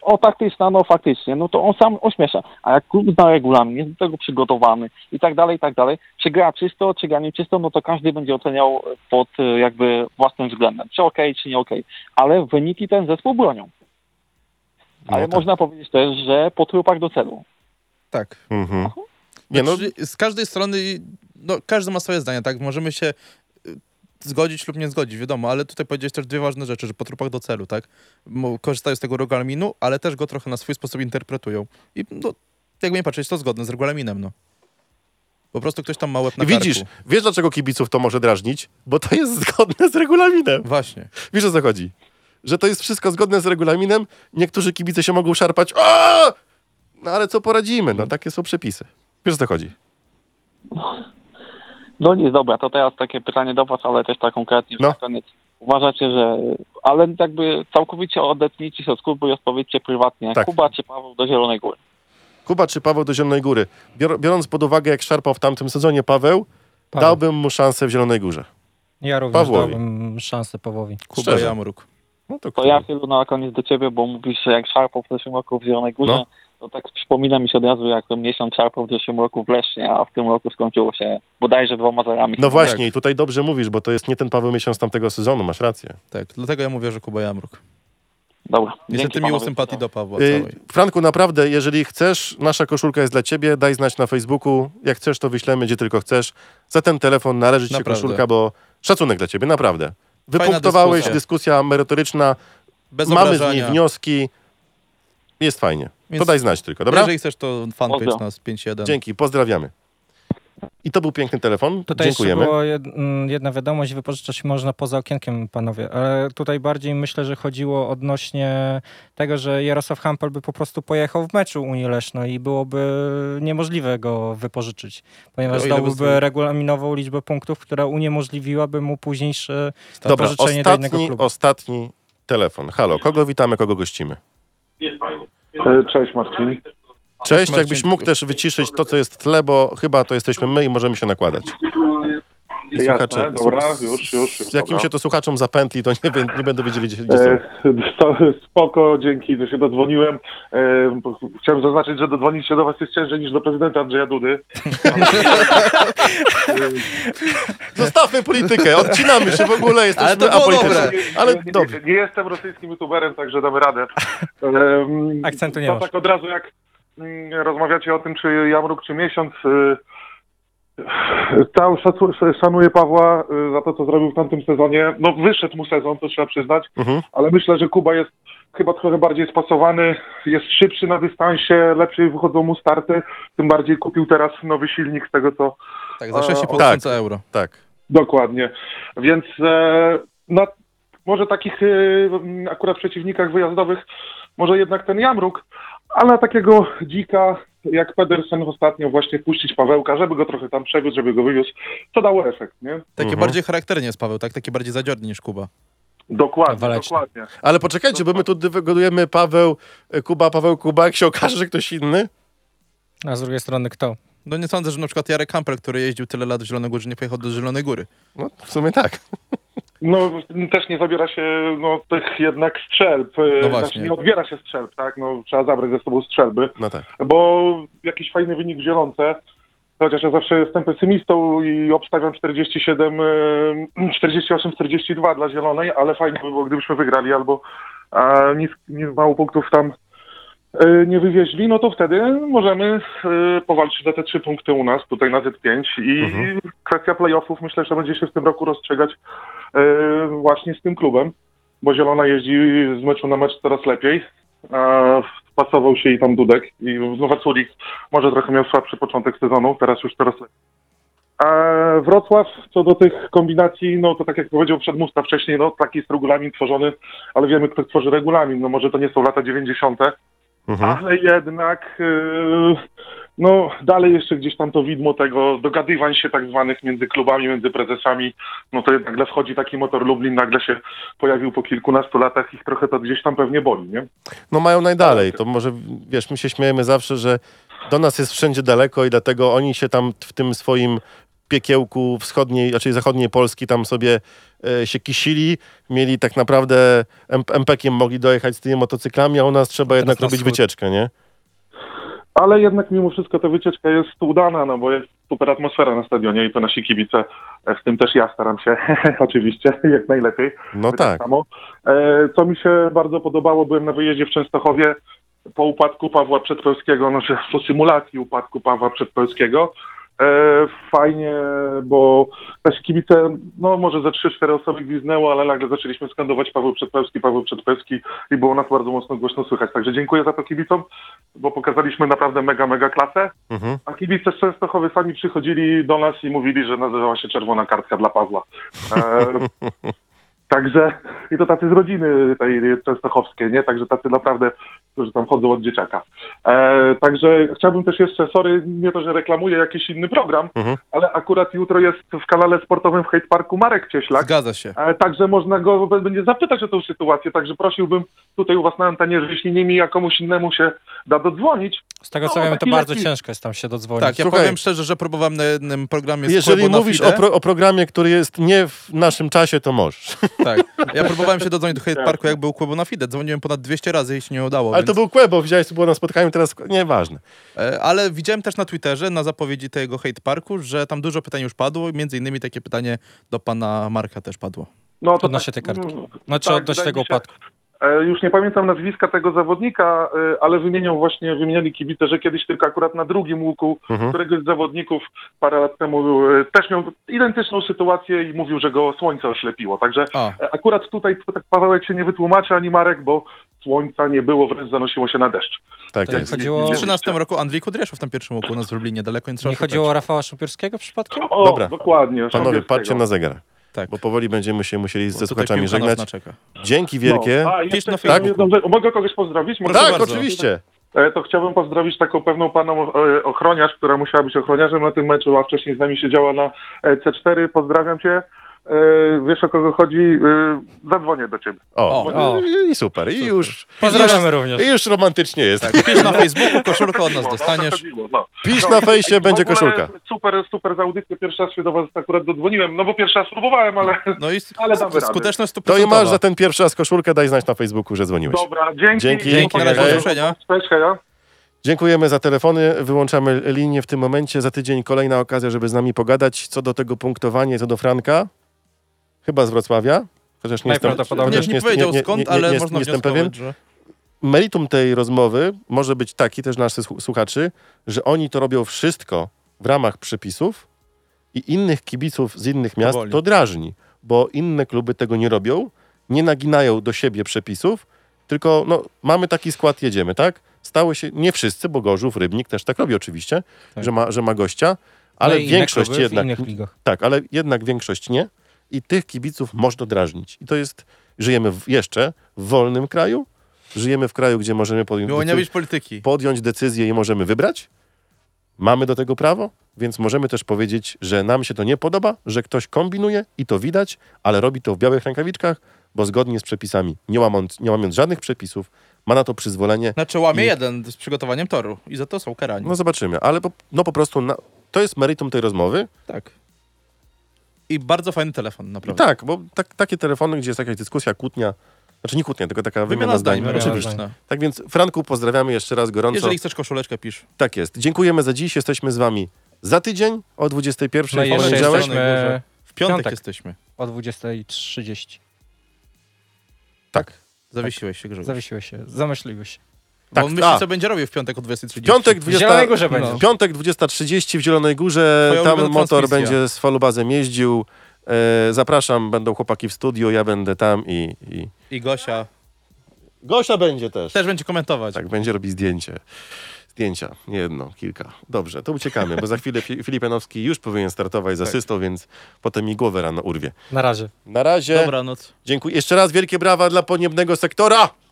Speaker 6: o taktyczna, no faktycznie, no to on sam ośmiesza. A jak klub zna regulamin, jest do tego przygotowany i tak dalej, i tak dalej, czy gra czysto, czy gra nieczysto, no to każdy będzie oceniał pod y, jakby własnym względem, czy okej, czy nie okej. Ale wyniki ten zespół bronią.
Speaker 2: No
Speaker 8: Ale
Speaker 2: tak.
Speaker 8: można powiedzieć też, że po trupach do celu.
Speaker 3: Tak.
Speaker 2: Mhm. Nie, no,
Speaker 3: Znaczy, Z każdej strony, no, każdy ma swoje zdanie, tak? Możemy się y, zgodzić lub nie zgodzić, wiadomo, ale tutaj powiedziałeś też dwie ważne rzeczy, że po trupach do celu, tak? Mo- Korzystają z tego regulaminu, ale też go trochę na swój sposób interpretują. I no, jakby nie patrzeć, to zgodne z regulaminem, no. Po prostu ktoś tam ma łeb na
Speaker 2: widzisz,
Speaker 3: karku.
Speaker 2: wiesz dlaczego kibiców to może drażnić? Bo to jest zgodne z regulaminem.
Speaker 3: Właśnie.
Speaker 2: Wiesz o co chodzi? Że to jest wszystko zgodne z regulaminem. Niektórzy kibice się mogą szarpać. O! No ale co poradzimy? No takie są przepisy. Wiesz o co chodzi?
Speaker 8: No nic, dobra, to teraz takie pytanie do Was, ale też tak konkretnie no.
Speaker 2: No.
Speaker 8: na koniec. Uważacie, że... Ale jakby całkowicie odetnijcie się od klubu i odpowiedzcie prywatnie.
Speaker 2: Tak.
Speaker 8: Kuba czy Paweł do Zielonej Góry?
Speaker 2: Kuba czy Paweł do Zielonej Góry? Bior- biorąc pod uwagę, jak szarpał w tamtym sezonie Paweł,
Speaker 4: Paweł.
Speaker 2: dałbym mu szansę w Zielonej Górze.
Speaker 4: tak. Ja również
Speaker 2: Pawłowi.
Speaker 4: dałbym szansę Pawłowi.
Speaker 3: Kuba
Speaker 2: Szczerze.
Speaker 3: Jamruk.
Speaker 2: No to,
Speaker 8: To ja chylę na koniec do Ciebie, bo mówisz, że jak szarpał w zeszłym roku w Zielonej Górze,
Speaker 2: No.
Speaker 8: to tak przypomina mi się od razu, jak ten miesiąc szarpał w zeszłym roku w Lesznie, a w tym roku skończyło się bodajże dwoma zerami.
Speaker 3: Tak.
Speaker 2: No właśnie, i tutaj dobrze mówisz, bo to jest nie ten Paweł miesiąc tamtego sezonu, masz rację.
Speaker 3: Tak, dlatego ja mówię, że Kuba Jamruk.
Speaker 8: Dobra.
Speaker 3: Niestety
Speaker 8: dzięki
Speaker 3: miło
Speaker 8: panowie.
Speaker 3: sympatii do Pawła
Speaker 2: Y,
Speaker 3: całej.
Speaker 2: Franku, naprawdę, jeżeli chcesz, nasza koszulka jest dla ciebie, daj znać na Facebooku. Jak chcesz, to wyślemy, gdzie tylko chcesz. Za ten telefon należy ci się
Speaker 3: Naprawdę.
Speaker 2: koszulka, bo szacunek dla ciebie, naprawdę.
Speaker 3: Fajna
Speaker 2: Wypunktowałeś, dyskusja.
Speaker 3: dyskusja.
Speaker 2: merytoryczna,
Speaker 3: Bez
Speaker 2: mamy z niej
Speaker 3: obrażania.
Speaker 2: wnioski. Jest fajnie. To
Speaker 3: Więc
Speaker 2: daj znać tylko, dobra?
Speaker 3: Jeżeli chcesz, to fanpage
Speaker 8: Pozdro.
Speaker 3: nas 5.1.
Speaker 2: Dzięki, pozdrawiamy. I to był piękny telefon.
Speaker 4: Tutaj
Speaker 2: Dziękujemy.
Speaker 4: jeszcze była jed, mm, jedna wiadomość, wypożyczać można poza okienkiem, panowie, ale tutaj bardziej myślę, że chodziło odnośnie tego, że Jarosław Hampel by po prostu pojechał w meczu Unii Leszno i byłoby niemożliwe go wypożyczyć, ponieważ
Speaker 3: O ile by
Speaker 4: dałby
Speaker 3: zdobył.
Speaker 4: regulaminową liczbę punktów, która uniemożliwiłaby mu późniejsze
Speaker 2: Dobra,
Speaker 4: wypożyczenie do innego
Speaker 2: ostatni,
Speaker 4: klubu.
Speaker 2: ostatni telefon. Halo, kogo witamy, kogo gościmy?
Speaker 9: E, Cześć Marcin.
Speaker 2: Cześć,
Speaker 3: Marcin.
Speaker 2: jakbyś mógł też wyciszyć to, co jest w tle, bo chyba to jesteśmy my i możemy się nakładać. Słuchacze,
Speaker 9: dobra, już, już, już,
Speaker 2: Z jakim
Speaker 9: dobra.
Speaker 2: się to słuchaczom zapętli, to nie, bę- nie będą wiedzieli, gdzie, gdzie są.
Speaker 9: E, to spoko, dzięki, że się dodzwoniłem. E, chciałem zaznaczyć, że dodzwonić się do was jest ciężej niż do prezydenta Andrzeja Dudy.
Speaker 2: Zostawmy politykę, odcinamy się w ogóle, jesteśmy
Speaker 3: Ale to było
Speaker 2: apolityczni.
Speaker 3: dobre.
Speaker 2: Ale
Speaker 9: nie, nie,
Speaker 2: dobrze.
Speaker 9: nie jestem rosyjskim youtuberem, także damy radę. Em,
Speaker 4: Akcentu nie
Speaker 9: to
Speaker 4: masz.
Speaker 9: tak od razu jak mm, rozmawiacie o tym, czy Jamruk, czy miesiąc. y, Tam szacu, szanuję Pawła y, za to, co zrobił w tamtym sezonie. No wyszedł mu sezon, to trzeba przyznać,
Speaker 2: Mhm.
Speaker 9: ale myślę, że Kuba jest chyba trochę bardziej spasowany, jest szybszy na dystansie, lepiej wychodzą mu starty, tym bardziej kupił teraz nowy silnik z tego, co
Speaker 3: Tak, za
Speaker 9: A,
Speaker 3: 6,5
Speaker 2: tak.
Speaker 3: tysiąca euro.
Speaker 2: Tak.
Speaker 9: Dokładnie. Więc e, na może takich e, m, akurat przeciwnikach wyjazdowych może jednak ten Jamruk, ale na takiego dzika jak Pedersen ostatnio właśnie puścić Pawełka, żeby go trochę tam przewiózł, żeby go wywiózł, to dało efekt, nie?
Speaker 3: Takie
Speaker 2: Mhm.
Speaker 3: bardziej charakternie jest Paweł, tak? Taki bardziej zadziorny niż Kuba.
Speaker 9: Dokładnie,
Speaker 4: Waleczny.
Speaker 9: dokładnie.
Speaker 2: Ale poczekajcie, bo my tu dywagodujemy Paweł, e, Kuba, Paweł, Kuba, jak się okaże, że ktoś inny.
Speaker 4: A z drugiej strony kto?
Speaker 3: No nie sądzę, że na przykład Jarek Kampel, który jeździł tyle lat w Zielonej Górze, nie pojechał do Zielonej Góry.
Speaker 2: No, w sumie tak.
Speaker 9: No też nie zabiera się no, tych jednak strzelb, e,
Speaker 3: No właśnie.
Speaker 9: znaczy nie odbiera się strzelb, tak? No trzeba zabrać ze sobą strzelby.
Speaker 2: No tak.
Speaker 9: bo jakiś fajny wynik w Zielonce, chociaż ja zawsze jestem pesymistą i obstawiam 47, em, 48-42 dla Zielonej, ale fajnie by było, gdybyśmy wygrali albo a, nic, nic mało punktów tam e, nie wywieźli, no to wtedy możemy e, powalczyć za te trzy punkty u nas, tutaj na Z5 i
Speaker 2: Mhm.
Speaker 9: kwestia playoffów myślę, że będzie się w tym roku rozstrzygać e, właśnie z tym klubem, bo Zielona jeździ z meczu na mecz coraz lepiej. E, Pasował się i tam Dudek i Nowaculik może trochę miał słabszy początek sezonu, teraz już teraz lepiej. A Wrocław, co do tych kombinacji, no to tak jak powiedział przedmówca wcześniej, no taki jest regulamin tworzony, ale wiemy kto tworzy regulamin, no może to nie są lata 90.,
Speaker 2: Mhm.
Speaker 9: ale jednak yy, no dalej jeszcze gdzieś tam to widmo tego dogadywań się tak zwanych między klubami, między prezesami, no to jednak nagle wchodzi taki motor Lublin, nagle się pojawił po kilkunastu latach i trochę to gdzieś tam pewnie boli, nie?
Speaker 2: No mają najdalej. To może, wiesz, my się śmiejemy zawsze, że do nas jest wszędzie daleko i dlatego oni się tam w tym swoim piekiełku wschodniej, raczej zachodniej Polski tam sobie e, się kisili, mieli tak naprawdę em- empekiem mogli dojechać z tymi motocyklami, a u nas trzeba jednak
Speaker 3: na
Speaker 2: robić
Speaker 3: wschód.
Speaker 2: wycieczkę, nie?
Speaker 9: Ale jednak mimo wszystko ta wycieczka jest udana, no bo jest super atmosfera na stadionie i to nasi kibice, e, w tym też ja staram się, oczywiście, jak najlepiej.
Speaker 2: No
Speaker 9: Wy
Speaker 2: tak.
Speaker 9: samo. E, co mi się bardzo podobało, byłem na wyjeździe w Częstochowie, po upadku Pawła Przedpełskiego, znaczy po symulacji upadku Pawła Przedpełskiego. E, fajnie, bo nasi kibice, no może ze 3-4 osoby gwiznęło, ale nagle zaczęliśmy skandować Paweł Przedpełski, Paweł Przedpełski i było nas bardzo mocno głośno słychać. Także dziękuję za to kibicom, bo pokazaliśmy naprawdę mega, mega klasę.
Speaker 2: Mhm.
Speaker 9: A kibice z Częstochowy sami przychodzili do nas i mówili, że nazywała się czerwona kartka dla Pawła. E, także i to tacy z rodziny tej częstochowskiej, nie? Także tacy naprawdę, którzy tam chodzą od dzieciaka. E, także chciałbym też jeszcze, sorry, nie to, że reklamuję jakiś inny program,
Speaker 2: Mhm.
Speaker 9: ale akurat jutro jest w kanale sportowym w Hate Parku Marek
Speaker 4: Tak?
Speaker 9: Cieślak.
Speaker 3: Zgadza się.
Speaker 9: E, Także można go będzie zapytać o tą sytuację, także prosiłbym tutaj u was na antenie, że jeśli nie mi, a komuś innemu się da dodzwonić,
Speaker 4: Z tego co
Speaker 9: No,
Speaker 4: wiem, to
Speaker 9: taki
Speaker 4: bardzo
Speaker 9: lekki-
Speaker 4: ciężko jest tam się dodzwonić.
Speaker 3: Tak, ja
Speaker 2: Słuchaj.
Speaker 3: powiem szczerze, że próbowałem na jednym programie z
Speaker 2: Jeżeli
Speaker 3: Pueblo na
Speaker 2: mówisz
Speaker 3: Fide.
Speaker 2: o, pro, o programie, który jest nie w naszym czasie, to możesz.
Speaker 3: Tak. Ja próbowałem się dodzwonić do
Speaker 4: Tak.
Speaker 3: Hate Parku, jak był Kłobo na Fide. Dzwoniłem ponad 200 razy i się nie udało.
Speaker 2: Ale
Speaker 3: więc...
Speaker 2: to był Kłebo, widziałeś, to było na spotkaniu, teraz nieważne.
Speaker 3: E, Ale widziałem też na Twitterze, na zapowiedzi tego hate parku, że tam dużo pytań już padło, między innymi takie pytanie do pana Marka też padło.
Speaker 9: no to...
Speaker 4: Odnośnie tej kartki.
Speaker 9: Mm,
Speaker 4: Znaczy
Speaker 9: tak,
Speaker 4: odnośnie
Speaker 9: wydaje
Speaker 4: tego
Speaker 9: mi się-
Speaker 4: upadku.
Speaker 9: E, Już nie pamiętam nazwiska tego zawodnika, e, ale wymienią właśnie, wymieniali kibice, że kiedyś tylko akurat na drugim łuku
Speaker 2: Mhm.
Speaker 9: któregoś z zawodników parę lat temu e, też miał identyczną sytuację i mówił, że go słońce oślepiło. Także
Speaker 3: A,
Speaker 9: e, akurat tutaj tak Pawełek się nie wytłumaczy ani Marek, bo słońca nie było, wręcz zanosiło się na deszcz.
Speaker 2: Tak
Speaker 4: To nie
Speaker 2: jest.
Speaker 4: chodziło,
Speaker 3: w 13 roku Andrzej Kudryszów w tam pierwszym łuku u nas w Lublinie, daleko nie trzeba
Speaker 4: nie
Speaker 3: szukać.
Speaker 4: chodziło o Rafała Szupierskiego przypadkiem?
Speaker 9: O,
Speaker 2: Dobra.
Speaker 9: dokładnie.
Speaker 2: Panowie,
Speaker 9: Szanowni
Speaker 2: patrzcie
Speaker 9: tego.
Speaker 2: na zegar,
Speaker 3: Tak.
Speaker 2: bo powoli będziemy się musieli
Speaker 3: Bo
Speaker 2: ze
Speaker 3: tutaj
Speaker 2: słuchaczami
Speaker 3: piłka nas
Speaker 2: żegnać.
Speaker 3: naczeka.
Speaker 2: Dzięki wielkie.
Speaker 9: No, a, jeszcze
Speaker 3: Pisz na
Speaker 9: chciałem
Speaker 2: Facebooku.
Speaker 9: jedną rzecz. Mogę kogoś pozdrowić? Mogę
Speaker 2: tak,
Speaker 3: bardzo.
Speaker 2: oczywiście.
Speaker 9: E, To chciałbym pozdrowić taką pewną panią e, ochroniarz, która musiała być ochroniarzem na tym meczu, a wcześniej z nami siedziała na e, C4. Pozdrawiam cię. E, Wiesz o kogo chodzi? E, Zadzwonię do ciebie.
Speaker 2: O, no
Speaker 4: O.
Speaker 2: I, i super. I już,
Speaker 4: Pozdrawiamy również.
Speaker 2: I już romantycznie jest.
Speaker 3: Tak, pisz na Facebooku, koszulkę od nas
Speaker 9: No,
Speaker 3: dostaniesz.
Speaker 9: chodziło, no.
Speaker 2: Pisz na fejsie,
Speaker 9: W
Speaker 2: będzie
Speaker 9: ogóle
Speaker 2: koszulka.
Speaker 9: Super, super za audycję. Pierwszy raz się do was akurat dodzwoniłem. No bo pierwszy raz próbowałem, ale
Speaker 3: No i
Speaker 9: Ale damy radę.
Speaker 3: skuteczność 100%.
Speaker 2: To i masz za ten pierwszy raz koszulkę, daj znać na Facebooku, że dzwoniłeś.
Speaker 9: dobra. Dzięki.
Speaker 2: Dzięki.
Speaker 3: Dzięki, na razie, do
Speaker 2: Hej.
Speaker 3: usłyszenia.
Speaker 9: Cześć, heja.
Speaker 2: Dziękujemy za telefony, wyłączamy linię w tym momencie. Za tydzień kolejna okazja, żeby z nami pogadać. Co do tego punktowania, co do Franka, chyba z Wrocławia. Chociaż nie jestem,
Speaker 4: Najprawdopodobniej.
Speaker 3: Nie,
Speaker 2: chociaż
Speaker 3: nie powiedział
Speaker 2: nie- nie-
Speaker 3: skąd,
Speaker 2: nie-
Speaker 3: ale
Speaker 2: nie-
Speaker 3: można
Speaker 2: nie jestem pewien.
Speaker 3: wnioskować, że...
Speaker 2: meritum tej rozmowy może być taki też dla naszych słu- słuchaczy, że oni to robią wszystko w ramach przepisów i innych kibiców z innych miast
Speaker 3: Powoli.
Speaker 2: to drażni, bo inne kluby tego nie robią, nie naginają do siebie przepisów, tylko no, mamy taki skład, jedziemy, tak? Stały się, nie wszyscy, bo Gorzów, Rybnik też tak robi oczywiście,
Speaker 4: Tak.
Speaker 2: Że, ma, że ma gościa, ale
Speaker 4: No i inne
Speaker 2: większość
Speaker 4: kluby w
Speaker 2: jednak...
Speaker 4: innych ligach.
Speaker 2: Tak, ale jednak większość nie i tych kibiców można drażnić. I to jest, żyjemy w, jeszcze w wolnym kraju, żyjemy w kraju, gdzie możemy podjąć,
Speaker 3: Miło nie
Speaker 2: decy-
Speaker 3: być polityki.
Speaker 2: podjąć decyzję i możemy wybrać. Mamy do tego prawo, więc możemy też powiedzieć, że nam się to nie podoba, że ktoś kombinuje i to widać, ale robi to w białych rękawiczkach, bo zgodnie z przepisami, nie łamiąc, nie łamiąc żadnych przepisów, ma na to przyzwolenie.
Speaker 3: Znaczy łamie
Speaker 2: I-
Speaker 3: jeden z przygotowaniem toru i za to są karani.
Speaker 2: No zobaczymy, ale po, no po prostu na, to jest meritum tej rozmowy.
Speaker 3: Tak. I bardzo fajny telefon, naprawdę.
Speaker 2: Tak, bo tak, takie telefony, gdzie jest jakaś dyskusja, kłótnia, znaczy nie kłótnia, tylko taka wymiana zdań.
Speaker 4: zdań,
Speaker 2: oczywiście.
Speaker 4: wymiana zdań.
Speaker 2: Tak więc, Franku, pozdrawiamy jeszcze raz gorąco.
Speaker 3: No. Jeżeli chcesz koszuleczkę, pisz.
Speaker 2: Tak jest. Dziękujemy za dziś. Jesteśmy z wami za tydzień o 21.00
Speaker 4: No i
Speaker 2: w
Speaker 4: jeszcze
Speaker 2: poniedziałek.
Speaker 4: jesteśmy
Speaker 3: W piątek,
Speaker 4: Piątek.
Speaker 3: jesteśmy.
Speaker 4: o 20.30.
Speaker 2: Tak.
Speaker 3: Zawiesiłeś się, Grzegorz.
Speaker 4: Zawiesiłeś się, zamyśliłeś się.
Speaker 3: Bo
Speaker 2: Tak,
Speaker 3: on myśli,
Speaker 2: a.
Speaker 3: co będzie robił w piątek o 20.30.
Speaker 2: Piątek
Speaker 4: W Zielonej Górze
Speaker 2: 20.30
Speaker 4: będzie.
Speaker 3: No.
Speaker 2: piątek 20.30 w Zielonej Górze.
Speaker 3: Twoja
Speaker 2: Tam
Speaker 3: ulubiona
Speaker 2: motor
Speaker 3: transmisja.
Speaker 2: będzie z falubazem jeździł. E, zapraszam, będą chłopaki w studiu, ja będę tam i... i...
Speaker 3: I Gosia
Speaker 2: Gosia będzie
Speaker 3: też będzie komentować.
Speaker 2: Tak, będzie robić zdjęcie. Zdjęcia, nie jedno, kilka. Dobrze, to uciekamy, bo za chwilę Fi- Filip Janowski już powinien startować z asystą, więc potem mi głowę rano urwie.
Speaker 4: Na razie.
Speaker 2: Na razie,
Speaker 3: Dobranoc.
Speaker 2: dziękuję. Jeszcze raz wielkie brawa dla poniebnego sektora!